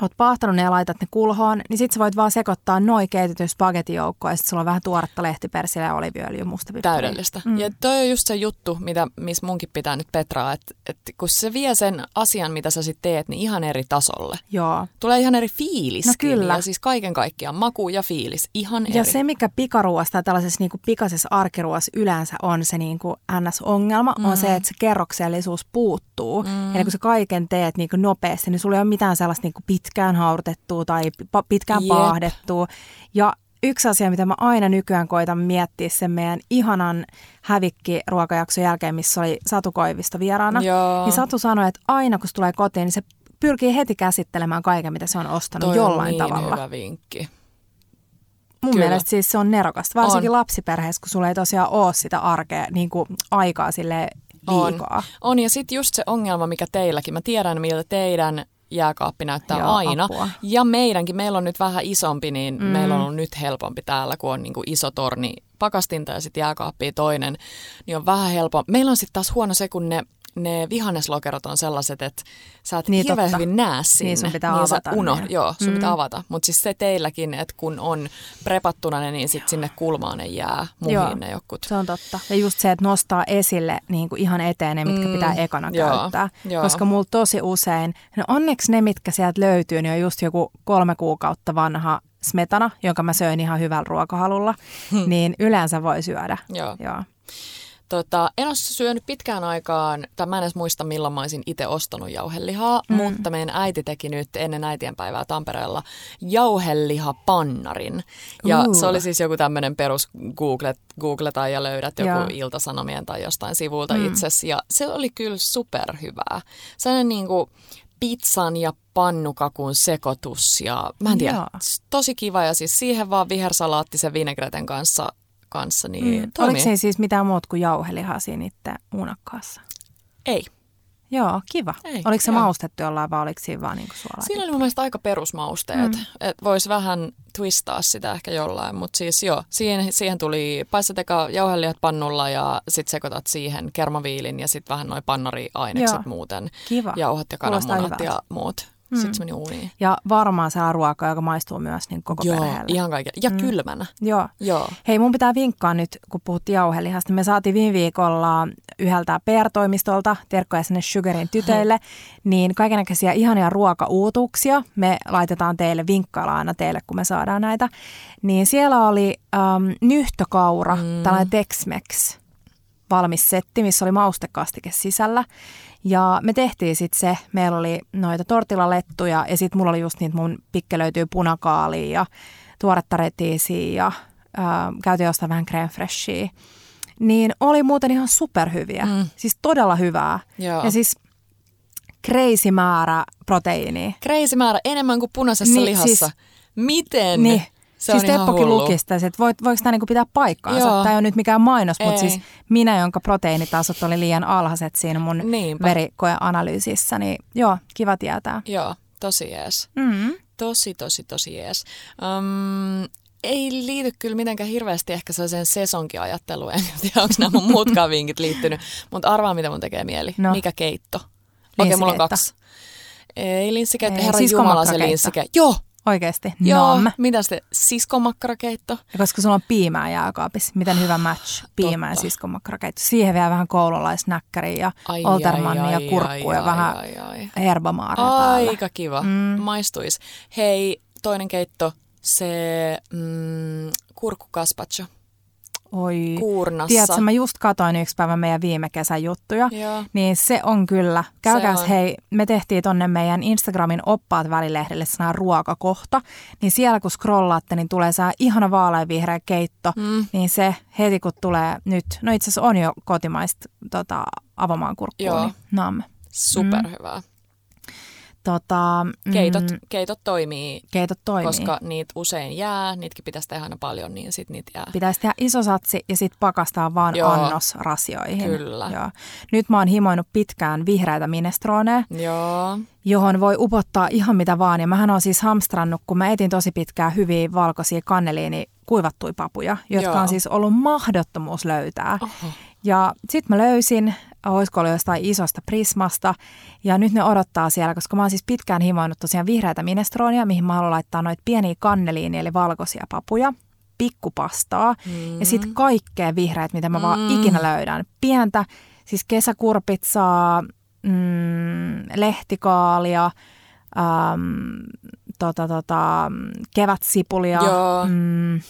S1: oot paahtanut ne ja laitat ne kulhoon, niin sit sä voit vaan sekoittaa noin keitetyn spagettijoukkoon ja sit sulla on vähän tuoretta lehtipersiä ja oliiviöljyä mustapippuriä.
S2: Täydellistä. Mm. Ja toi on just se juttu, mitä, missä munkin pitää nyt petraa, että, että kun se vie sen asian, mitä sä sitten teet, niin ihan eri tasolle.
S1: Joo.
S2: Tulee ihan eri fiilis.
S1: No kyllä.
S2: Ja siis kaiken kaikkiaan maku ja fiilis ihan
S1: Ja
S2: eri.
S1: se, mikä pikaruoassa tai tällaisessa niin kuin pikaisessa arkiruoassa yleensä on se niin kuin NS-ongelma, mm. on se, että se kerroksellisuus puuttuu. Mm. Eli kun sä kaiken teet niin kuin nopeasti, niin sulla ei ole mitään sellaista niin kuin pitkään haudutettua tai pa- pitkään
S2: Jep.
S1: yep. paahdettua. Ja yksi asia, mitä mä aina nykyään koitan miettiä sen meidän ihanan hävikki ruokajakson jälkeen, missä oli Satu Koivisto vieraana,
S2: Joo.
S1: niin Satu sanoi, että aina kun se tulee kotiin, niin se pyrkii heti käsittelemään kaiken, mitä se on ostanut
S2: Toi on
S1: jollain
S2: niin
S1: tavalla.
S2: hyvä vinkki.
S1: Mun
S2: Kyllä.
S1: Kyllä. mielestä siis se on nerokasta, varsinkin
S2: On.
S1: on. lapsiperheessä, kun sulla ei tosiaan ole sitä arkea, niin kuin aikaa sille liikaa.
S2: On, on ja sitten just se ongelma, mikä teilläkin. Mä tiedän, miltä teidän jääkaappi näyttää
S1: Joo,
S2: aina.
S1: apua.
S2: Ja meidänkin, meillä on nyt vähän isompi, niin mm. meillä on ollut nyt helpompi täällä, kun on niinku iso torni pakastinta ja sitten jääkaappi toinen, niin on vähän helpompi. Meillä on sitten taas huono se, kun ne ne vihanneslokerot on sellaiset, että sä et niin
S1: Niin
S2: hirveän
S1: totta.
S2: hyvin näe sinne.
S1: sun pitää
S2: niin sä
S1: avata
S2: Uno,
S1: ne.
S2: joo, sun mm. pitää avata. Mutta siis se teilläkin, että kun on prepattuna ne, niin sitten sinne kulmaan ne jää muihin
S1: Joo.
S2: ne jokut.
S1: Se on totta. Ja just se, että nostaa esille niin kuin ihan eteen ne, mitkä
S2: Mm,
S1: pitää ekana
S2: joo,
S1: käyttää.
S2: joo.
S1: Koska mulla tosi usein, no onneksi ne, mitkä sieltä löytyy, niin on just joku kolme kuukautta vanha smetana, jonka mä söin ihan hyvällä ruokahalulla, niin yleensä voi syödä.
S2: Hmm. Joo.
S1: Joo.
S2: Tota, en ole syönyt pitkään aikaan, tai mä en edes muista milloin mä olisin itse ostanut jauhelihaa, mm. mutta meidän äiti teki nyt ennen äitienpäivää Tampereella jauhelihapannarin. Ja
S1: Ooh.
S2: se oli siis joku tämmöinen perus Google, googletaa ja löydät joku
S1: Joo.
S2: iltasanomien tai jostain sivulta mm. itsesi. Ja se oli kyllä superhyvää. Sellainen niin kuin pizzan ja pannukakun sekoitus ja mä en tiedä,
S1: Joo.
S2: tosi kiva ja siis siihen vaan vihersalaatti sen vinaigreten kanssa, kanssa niin mm.
S1: Oliko
S2: toimii.
S1: se siis mitään muuta kuin jauhelihaa siinä itse munakkaassa?
S2: Ei.
S1: Joo, kiva.
S2: Ei,
S1: oliko se
S2: joo.
S1: maustettu jollain vai oliko siinä vaan niin kuin suolaa?
S2: Siinä oli mun mielestä aika perusmausteet. Mm. Että voisi vähän twistaa sitä ehkä jollain, mutta siis joo, siihen, siihen tuli paisteteka jauhelijat pannulla ja sit sekoitat siihen kermaviilin ja sit vähän noin pannariainekset
S1: Joo.
S2: muuten.
S1: Kiva.
S2: Jauhat ja
S1: Kuulostaa
S2: kananmunat
S1: hyvältä.
S2: ja muut. Mm. Sitten se meni uuniin.
S1: Ja varmaan saa ruokaa, joka maistuu myös niin koko
S2: Joo,
S1: perheelle.
S2: ihan kaiken. Ja mm. kylmänä.
S1: Joo.
S2: Joo.
S1: Hei, mun pitää vinkkaa nyt, kun puhuttiin jauhelihasta. Me saatiin viime viikolla yhdeltä PR-toimistolta, terkkoja sinne Sugarin tytöille, niin kaikenlaisia ihania ruokauutuuksia. Me laitetaan teille vinkkailla aina teille, kun me saadaan näitä. Niin siellä oli äm, nyhtökaura, mm. tällainen Tex-Mex valmis setti, missä oli maustekastike sisällä. Ja me tehtiin sitten se, meillä oli noita tortilalettuja ja sitten mulla oli just niitä mun pikkelöityy punakaalia ja tuoretta retiisiä ja äh, käytiin jostain vähän creme freshia. Niin oli muuten ihan superhyviä, mm. siis todella hyvää.
S2: Joo.
S1: Ja siis crazy määrä proteiinia.
S2: Crazy määrä enemmän kuin punaisessa
S1: Niin,
S2: lihassa.
S1: siis-
S2: Miten?
S1: Niin.
S2: Se
S1: siis
S2: on ihan
S1: Teppokin
S2: hullu.
S1: luki sitä, että voit, voiko tämä niinku pitää paikkaansa.
S2: Joo.
S1: Tämä ei ole nyt mikään mainos,
S2: Ei.
S1: mutta siis minä, jonka proteiinitasot oli liian alhaiset siinä mun
S2: Niinpä.
S1: verikoeanalyysissä, niin joo, kiva tietää.
S2: Joo, tosi jees.
S1: Mm.
S2: Tosi, tosi, tosi jees. Um, ei liity kyllä mitenkään hirveästi ehkä sellaiseen sesonkiajatteluun. *laughs* En tiedä, onko nämä mun muutkaan vinkit liittynyt. Mutta arvaa, mitä mun tekee mieli. No.
S1: No.
S2: Mikä keitto? Okei, mulla on
S1: Linssikeitto.
S2: kaksi. Ei linssikeitto,
S1: Ei,
S2: herra siis
S1: siskomakkarakeitto.
S2: Jumala se linssikeitto. Joo,
S1: Oikeasti,
S2: joo.
S1: nom.
S2: Mitä se siskomakkarakeitto?
S1: Ja koska sulla on piimää jääkaapissa, miten hyvä match piimää ja
S2: *gasps* Totta.
S1: siskonmakkarakeitto. Siihen vielä vähän koululaisnäkkäriä ja
S2: Ai, ai,
S1: oltermannia
S2: ai,
S1: ja kurkkua
S2: ai,
S1: ja vähän
S2: ai, ai.
S1: herbamaaria päällä.
S2: Aika kiva. Mm. Maistuis. Hei, toinen keitto, se mm, kurkkukaspaccio.
S1: Oi.
S2: Kuurnassa.
S1: Tiedätkö, mä just katoin yksi päivä meidän viime kesän juttuja.
S2: Joo.
S1: Niin se on kyllä.
S2: on.
S1: Käykääs hei, me tehtiin tonne meidän Instagramin oppaat välilehdelle sana ruokakohta. Niin siellä kun scrollaatte, niin tulee saa ihana vaaleanvihreä keitto. Mm. Niin se heti kun tulee nyt, no itse asiassa on jo kotimaista tota, avomaan kurkkua,
S2: Joo.
S1: niin nam.
S2: Superhyvää.
S1: Tota,
S2: Keitot, keitot toimii,
S1: keitot toimii.
S2: koska niitä usein jää, niitkin pitäisi tehdä aina paljon, niin sitten niitä jää.
S1: Pitäisi tehdä iso satsi ja sitten pakastaa vaan
S2: Joo.
S1: annos rasioihin.
S2: Kyllä.
S1: Joo. Nyt mä oon himoinut pitkään vihreitä minestroneja,
S2: Joo,
S1: johon voi upottaa ihan mitä vaan. Ja mähän on siis hamstrannut, kun mä etin tosi pitkään hyviä valkoisia kanneliini kuivattuja papuja, jotka
S2: Joo. Oh.
S1: on siis ollut mahdottomuus löytää.
S2: Oho.
S1: Ja sitten mä löysin, olisiko ollut jostain isosta prismasta, ja nyt ne odottaa siellä, koska mä oon siis pitkään himoinut tosiaan vihreitä minestronia, mihin mä haluan laittaa noita pieniä kanneliini, eli valkoisia papuja, pikkupastaa, mm. ja sitten kaikkea vihreät, mitä mä vaan
S2: Mm.
S1: ikinä löydän. Pientä, siis kesäkurpitsaa, mm, lehtikaalia, äm, tota, tota, kevätsipulia,
S2: Joo.
S1: Mm,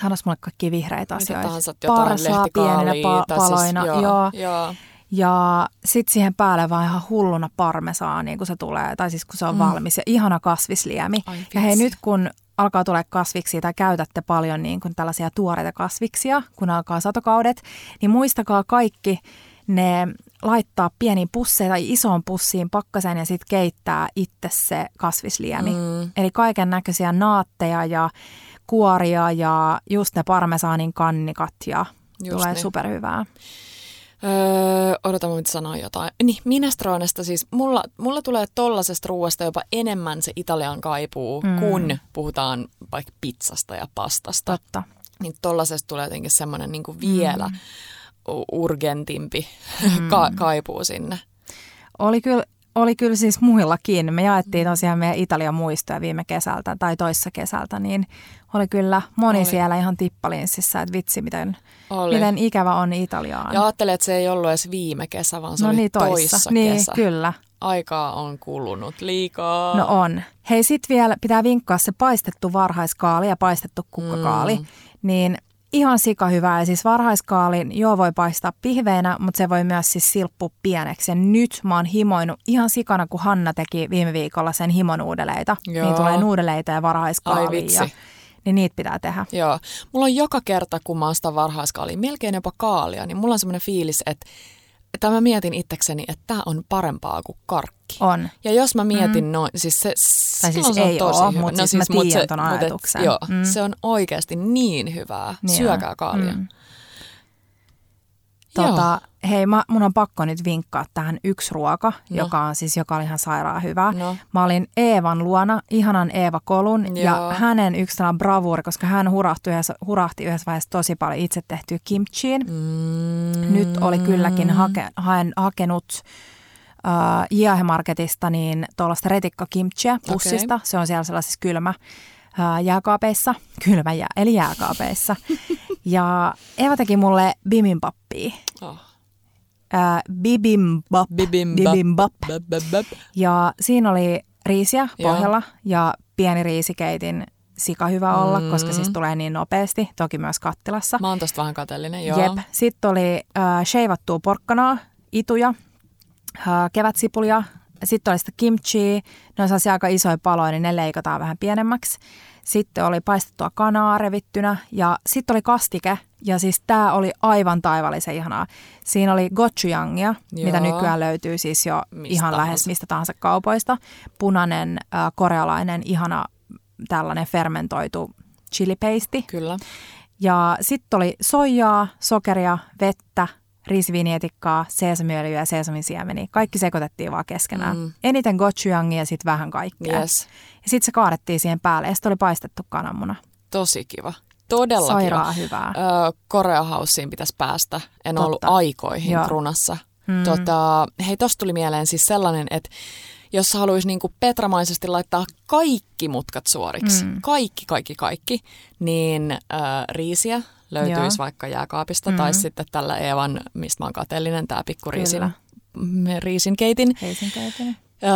S1: Sanois mulle kaikki vihreitä
S2: mitä
S1: asioita.
S2: tahansa, jotain
S1: Parsaa pieninä pa-
S2: tai
S1: paloina.
S2: Siis, joo,
S1: joo.
S2: joo. joo.
S1: Ja sitten siihen päälle vaan ihan hulluna parmesaani, kun se tulee, tai siis kun se on
S2: Mm.
S1: mm. valmis. Ja ihana kasvisliemi.
S2: Ai
S1: ja hei,
S2: vitsi.
S1: nyt kun alkaa tulla kasviksia tai käytätte paljon niin kuin tällaisia tuoreita kasviksia, kun alkaa satokaudet, niin muistakaa kaikki ne laittaa pieniin pusseihin tai isoon pussiin pakkaseen ja sitten keittää itse se kasvisliemi.
S2: Mm.
S1: Eli kaiken näköisiä naatteja ja kuoria ja just ne parmesaanin kannikat ja
S2: Just
S1: just tulee
S2: niin.
S1: niin. superhyvää.
S2: Öö, odotan, mä nyt sanoa jotain. Niin, minestronesta siis. Mulla, mulla tulee tollasesta ruoasta jopa enemmän se Italian kaipuu, mm. kun puhutaan vaikka pizzasta ja pastasta. *laughs*
S1: Totta.
S2: Niin tollasesta tulee jotenkin semmoinen niin vielä mm. urgentimpi mm. Ka- kaipuu sinne.
S1: Oli kyllä, oli kyllä siis muillakin. Me
S2: Mm.
S1: jaettiin tosiaan meidän Italian muistoja viime kesältä tai toissa kesältä, niin oli kyllä moni
S2: Oli.
S1: oli. siellä ihan tippalinssissä, että vitsi miten,
S2: Oli.
S1: miten ikävä on Italiaan.
S2: Ja ajattelin, että se ei ollut edes viime kesä, vaan se
S1: no
S2: oli
S1: niin, toissa.
S2: toissa
S1: niin,
S2: kesä.
S1: kyllä.
S2: Aikaa on kulunut liikaa.
S1: No on. Hei, sit vielä pitää vinkkaa se paistettu varhaiskaali ja paistettu kukkakaali.
S2: Mm.
S1: Mm. Niin ihan sika hyvää. Ja siis varhaiskaalin joo voi paistaa pihveinä, mutta se voi myös siis silppua pieneksi. Ja nyt mä oon himoinut ihan sikana, kun Hanna teki viime viikolla sen himonuudeleita.
S2: Joo.
S1: Niin tulee nuudeleita ja
S2: Ai
S1: varhaiskaalia.
S2: vitsi.
S1: Ja, niin niitä pitää tehdä.
S2: Joo. Mulla on joka kerta, kun mä ostan varhaiskaalia, melkein jopa kaalia, niin mulla on semmoinen fiilis, että tai mä mietin itsekseni, että tämä on parempaa kuin karkki.
S1: On.
S2: Ja jos mä mietin mm. noin, siis se,
S1: Tai
S2: silloin
S1: siis
S2: se on
S1: ei
S2: tosi
S1: oo,
S2: hyvä. No
S1: mut siis mä
S2: mut
S1: tiedän ton
S2: mut et-
S1: ajatuksen.
S2: Joo, mm.
S1: Mm.
S2: se on oikeasti niin hyvää.
S1: Niin
S2: Syökää
S1: on.
S2: kaalia. Mm.
S1: Mm. Tota, hei, mä, mun on pakko nyt vinkkaa tähän yksi ruoka,
S2: No.
S1: no. joka on siis, joka oli ihan sairaan hyvä.
S2: No.
S1: Mä olin Eevan luona, ihanan Eeva Kolun,
S2: Joo.
S1: ja hänen yksi tällainen bravuuri, koska hän hurahti yhdessä, hurahti yhdessä vaiheessa tosi paljon itse tehtyä kimchiin.
S2: Mm.
S1: Nyt oli kylläkin hake, haen, hakenut äh, JH Marketista niin tuollaista retikkakimchiä pussista. Se on siellä sellaisissa kylmä äh, jääkaapeissa, kylmä jää, eli
S2: *laughs*
S1: jääkaapeissa. ja Eeva teki mulle bimimbappia.
S2: Oh.
S1: Äh, bibimbap.
S2: Bibimbap.
S1: bibimbap.
S2: Bäb, bäb, bäb.
S1: Ja siinä oli riisiä
S2: Joo.
S1: pohjalla ja pieni riisikeitin sika hyvä olla,
S2: Mm.
S1: mm. koska siis tulee niin nopeasti, toki myös kattilassa.
S2: Mä oon tosta vähän kateellinen, joo.
S1: Jep. Sitten oli äh, sheivattua porkkanaa, ituja, äh, kevätsipulia, sitten oli sitä kimchiä, ne on sellaisia aika isoja paloja, niin ne leikataan vähän pienemmäksi. Sitten oli paistettua kanaa revittynä ja sitten oli kastike ja siis tämä oli aivan taivallisen ihanaa. Siinä oli gochujangia,
S2: Joo.
S1: mitä nykyään löytyy siis jo
S2: Mistä
S1: mistä ihan
S2: tahansa.
S1: tahansa. lähes mistä tahansa kaupoista. Punainen, äh, korealainen, ihana tällainen fermentoitu chilipeisti.
S2: Kyllä.
S1: Ja sitten oli soijaa, sokeria, vettä, riisiviinietikkaa, seesamiöljyä ja seesamin siemeniä. Kaikki sekoitettiin vaan keskenään.
S2: Mm.
S1: Mm. Eniten gochujangia ja sitten vähän kaikkea.
S2: Yes.
S1: Ja sitten se kaadettiin siihen päälle ja sitten oli paistettu kananmuna.
S2: Tosi kiva. Todella kiva.
S1: Sairaan hyvää.
S2: Öö, Korea Houseen pitäisi päästä. En Totta.
S1: Totta.
S2: ollut aikoihin Joo.
S1: Joo.
S2: krunassa. Mm. Tota, hei, tosta tuli mieleen siis sellainen, että jos haluaisi niinku petramaisesti laittaa kaikki mutkat suoriksi, mm. kaikki, kaikki, kaikki, niin öö, riisiä löytyisi
S1: Joo. Mm-hmm.
S2: vaikka jääkaapista mm. tai sitten tällä Eevan, mistä mä oon kateellinen, tämä pikku riisin, mm,
S1: Kyllä.
S2: riisinkeitin.
S1: Heisinkeitinen.
S2: Öö,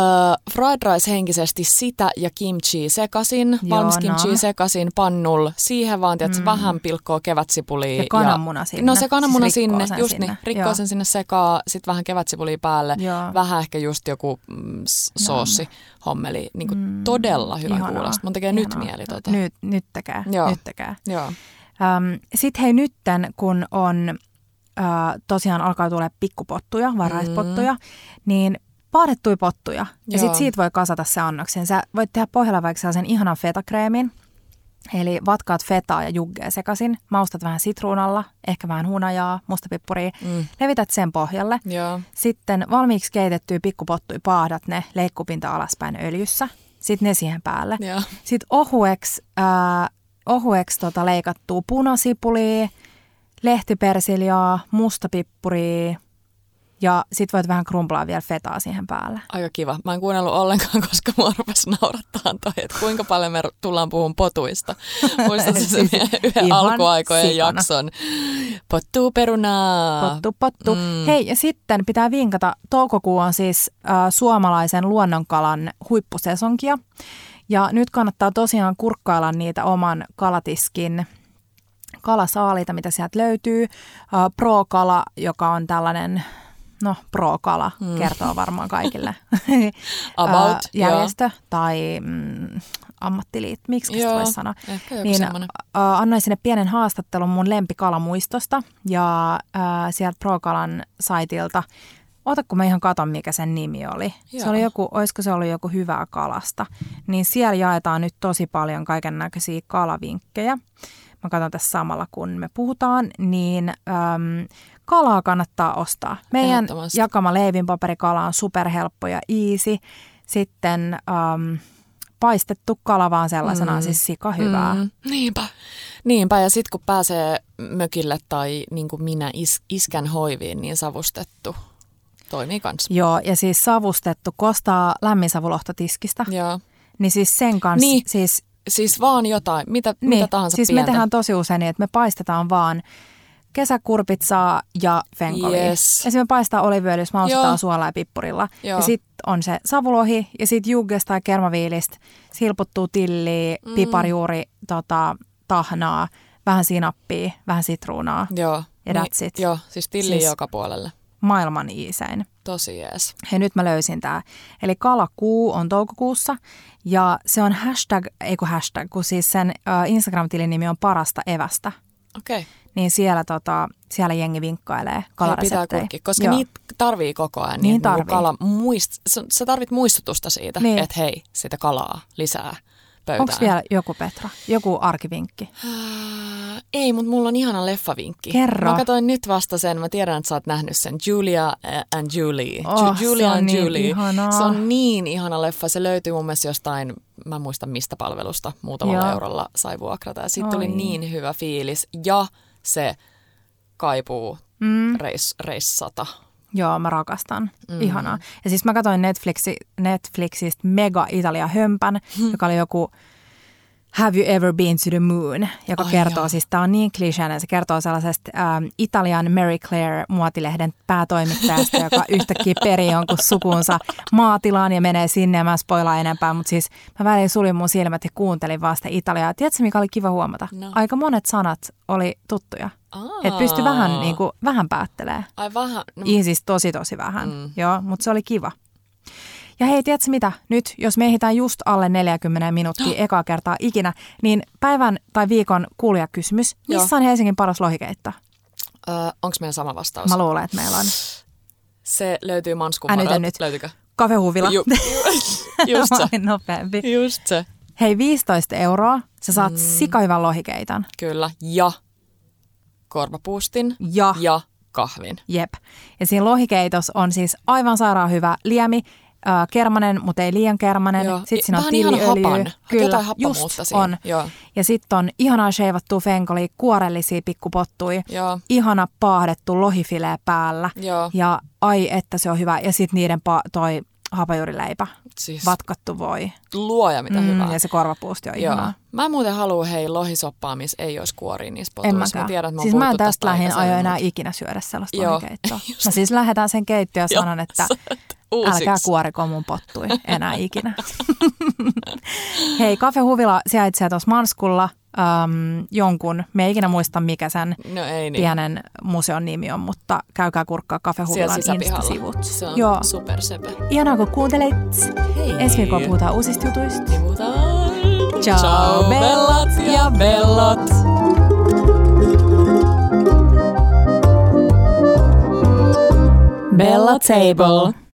S2: fried rice henkisesti sitä ja kimchi sekasin,
S1: Joo, no.
S2: valmis kimchi
S1: nam.
S2: sekasin pannulla. Siihen vaan, tiedätkö, mm. vähän pilkkoa kevätsipulia.
S1: Ja kananmuna sinne.
S2: No se kananmuna
S1: Siis rikkoo
S2: sinne,
S1: sen
S2: just
S1: sinne.
S2: niin. Rikkoo
S1: Joo.
S2: sen sinne sekaa, sitten vähän kevätsipulia päälle.
S1: Joo.
S2: Vähän ehkä just joku mm, s- soossi, hommeli. Niin kuin mm. todella hyvä
S1: Ihanaa.
S2: kuulosta. Mun tekee nyt
S1: Ihanaa.
S2: mieli tota.
S1: Nyt, nyt tekee,
S2: Joo.
S1: nyt tekee.
S2: Joo.
S1: Öm, Sitten hei nytten, kun on ö, tosiaan alkaa tulla pikkupottuja, varhaispottuja, mm. niin paadettui pottuja. Ja
S2: Joo.
S1: sitten siitä voi kasata se annoksen. Sä voit tehdä pohjalla vaikka sellaisen ihanan fetakreemin. Eli vatkaat fetaa ja juggea sekaisin, maustat vähän sitruunalla, ehkä vähän hunajaa, mustapippuria, mm. levität sen pohjalle.
S2: Joo.
S1: Sitten valmiiksi keitettyä pikkupottui paahdat ne leikkupinta alaspäin öljyssä, sitten ne siihen päälle.
S2: Joo.
S1: Sitten ohueksi, äh, ohueksi tota leikattua punasipulia, lehtipersiljaa, mustapippuria ja sitten voit vähän krumplaa vielä fetaa siihen päälle.
S2: Aika kiva. Mä en kuunnellut ollenkaan, *laughs* koska mua rupesi naurattaa toi, että kuinka paljon me ru- tullaan puhun
S1: *laughs*
S2: potuista. Muistatko se
S1: Siis
S2: meidän *laughs* yhden
S1: ihan
S2: alkuaikojen
S1: sikana.
S2: jakson? Pottuu perunaa.
S1: Pottu, pottu. Mm. Hei, ja sitten pitää vinkata, toukokuu on siis äh, suomalaisen luonnonkalan huippusesonkia. Ja nyt kannattaa tosiaan kurkkailla niitä oman kalatiskin kalasaaliita, mitä sieltä löytyy. Äh, Pro-kala, joka on tällainen, no pro-kala, mm. kertoo varmaan kaikille.
S2: *laughs* About,
S1: Äh,
S2: joo.
S1: järjestö tai mm, ammattiliitto, miksi sitä
S2: Joo,
S1: voisi sanoa.
S2: ehkä joku
S1: niin,
S2: semmonen.
S1: ä, annoin sinne pienen haastattelun mun lempikalamuistosta ja ä, sieltä ProKalan saitilta. Ota, kun mä ihan katon, mikä sen nimi oli. Joo. Se
S2: Joo.
S1: oli joku, olisiko se ollut joku hyvää kalasta. Niin siellä jaetaan nyt tosi paljon kaiken näköisiä kalavinkkejä. Mä katson tässä samalla, kun me puhutaan, niin äm, kalaa kannattaa ostaa. Meidän
S2: Ehdottomasti.
S1: jakama leivinpaperikala on superhelppo ja easy. Sitten äm, paistettu kala vaan sellaisenaan, mm. siis sika hyvää. Mm.
S2: Mm, niinpä. Niinpä, ja sitten kun pääsee mökille tai niin kuin minä is, iskän hoiviin, niin savustettu toimii kanssa.
S1: Joo, ja siis savustettu, kun ostaa lämminsavulohta tiskistä,
S2: Joo.
S1: niin siis sen kanssa,
S2: Niin.
S1: siis,
S2: Siis vaan jotain, mitä,
S1: niin,
S2: mitä tahansa
S1: siis me
S2: pientä.
S1: tehdään tosi usein niin, että me paistetaan vaan kesäkurpitsaa ja fenkolia.
S2: Yes.
S1: Esimerkiksi me paistaa oliviöljyssä, maustetaan
S2: Joo.
S1: suolaa ja pippurilla.
S2: Joo.
S1: Ja sitten on se savulohi ja sitten juggesta tai kermaviilistä silputtuu tilliä, mm. piparjuuri, tota, tahnaa, vähän sinappia, vähän sitruunaa.
S2: Joo.
S1: Ja that's it.
S2: Joo, siis tilli
S1: Siis-
S2: siis... joka puolelle.
S1: Maailman iisein.
S2: Tosi jees.
S1: Ja nyt mä löysin tää. Eli kalakuu on toukokuussa ja se on hashtag, ei kun hashtag, kun siis sen ö, Instagram-tilin nimi on parasta evästä.
S2: Okei. Okay.
S1: Niin siellä, tota, siellä jengi vinkkailee
S2: pitää
S1: kalareseptejä.
S2: kurkkia, koska
S1: Joo.
S2: niitä tarvii koko ajan.
S1: Niin
S2: että niinku
S1: tarvii.
S2: Kala muist, sä, sä tarvit muistutusta siitä,
S1: Niin.
S2: niin. että hei, sitä kalaa lisää pöytään.
S1: Onko vielä joku Petra? Joku arkivinkki?
S2: Äh, Ei, mutta mulla on ihana leffavinkki.
S1: Kerro.
S2: Mä katsoin nyt vasta sen, mä tiedän, että sä oot nähnyt sen, Julia äh, and Julie.
S1: Oh,
S2: Ju- Julia
S1: se on
S2: and
S1: niin
S2: Julie.
S1: ihanaa.
S2: Se on niin ihana leffa, se löytyy mun mielestä jostain, mä en muista mistä palvelusta, muutamalla
S1: Joo.
S2: eurolla sai vuokrata. Ja siitä
S1: Oi.
S2: tuli niin hyvä fiilis ja se kaipuu mm. reis, reissata.
S1: Joo, mä rakastan. Mm. Ihanaa. Ja siis mä katsoin Netflixi, Netflixistä Mega Italia Hömpän, hmm. joka oli joku Have you ever been to the moon? Joka Ai
S2: Ai
S1: kertoo,
S2: joo.
S1: siis tämä on niin kliseinen, se kertoo sellaisesta ähm, Italian Mary Claire muotilehden päätoimittajasta, joka yhtäkkiä perii jonkun sukunsa maatilaan ja menee sinne ja mä en spoilaa enempää, mutta siis mä väliin suljin mun silmät ja kuuntelin vaan sitä Italiaa. Tiedätkö mikä oli kiva huomata?
S2: No.
S1: Aika monet sanat oli tuttuja. Että pysty vähän, niin kuin, vähän päättelemään.
S2: Ai vähän, no,
S1: Ihan siis tosi tosi vähän, mm. joo, mutta se oli kiva. Ja hei, tiedätkö mitä? Nyt, jos me ehditään just alle 40 minuuttia ekaa kertaa ikinä, niin päivän tai viikon kuulijakysymys.
S2: Joo.
S1: Missä on Helsingin paras lohikeitto?
S2: äh, onks meillä sama vastaus?
S1: Mä luulen, että meillä on.
S2: se löytyy Manskun
S1: Älytä
S2: varalta.
S1: nyt.
S2: Löytyykö?
S1: Kafehuvila.
S2: Ju- *laughs*
S1: *laughs*
S2: just
S1: Mä *laughs*
S2: se.
S1: olin nopeampi.
S2: Just se.
S1: Hei, 15 euroa. Sä saat mm. sikahyvän lohikeiton.
S2: Kyllä. Ja korvapuustin
S1: Ja.
S2: ja kahvin.
S1: Jep. Ja siinä lohikeitos on siis aivan sairaan hyvä liemi, äh, kermanen, mutta ei liian kermanen.
S2: Joo.
S1: Sitten siinä on
S2: Vähän ihan hapan.
S1: tilliöljyä.
S2: Jotain happamuutta
S1: just
S2: siinä.
S1: on.
S2: Joo.
S1: Ja sitten on ihanaa sheivattua fenkoli, kuorellisia pikkupottui,
S2: Joo.
S1: ihana paahdettu lohifilee päällä.
S2: Joo.
S1: Ja ai että se on hyvä. Ja sitten niiden pa- toi hapajurileipä,
S2: Siis
S1: vatkattu voi.
S2: luoja mitä mm, hyvää.
S1: ja se korvapuusti on
S2: Joo.
S1: ihanaa.
S2: Mä muuten haluu hei lohisoppaa, missä ei olisi kuoria niissä
S1: En
S2: potuissa.
S1: mäkään.
S2: Mä tiedän, että mä oon
S1: siis mä en
S2: puhuttu
S1: tästä lähin aio
S2: aikaisemmin,
S1: enää
S2: mut-
S1: ikinä syödä sellaista
S2: Joo.
S1: lohikeittoa.
S2: *laughs* Just.
S1: Mä siis lähdetään sen keittiöön ja
S2: Joo,
S1: sanon,
S2: *laughs*
S1: että
S2: sä oot uusiksi.
S1: älkää kuoriko mun pottui enää ikinä. *laughs* Hei, Cafe Huvila sijaitsee tuossa Manskulla äm, jonkun, me ei ikinä muista mikä sen
S2: No ei niin.
S1: pienen museon nimi on, mutta käykää kurkkaa Cafe Huvilan
S2: Siellä sisäpihalla.
S1: Insta-sivut.
S2: Se Niin. on
S1: Joo.
S2: supersepe.
S1: Ihanaa kun kuuntelit.
S2: Hei.
S1: Ensi viikolla puhutaan uusista jutuista.
S2: Puhutaan.
S1: Ciao, bellat ja bellot.
S2: Bella Table.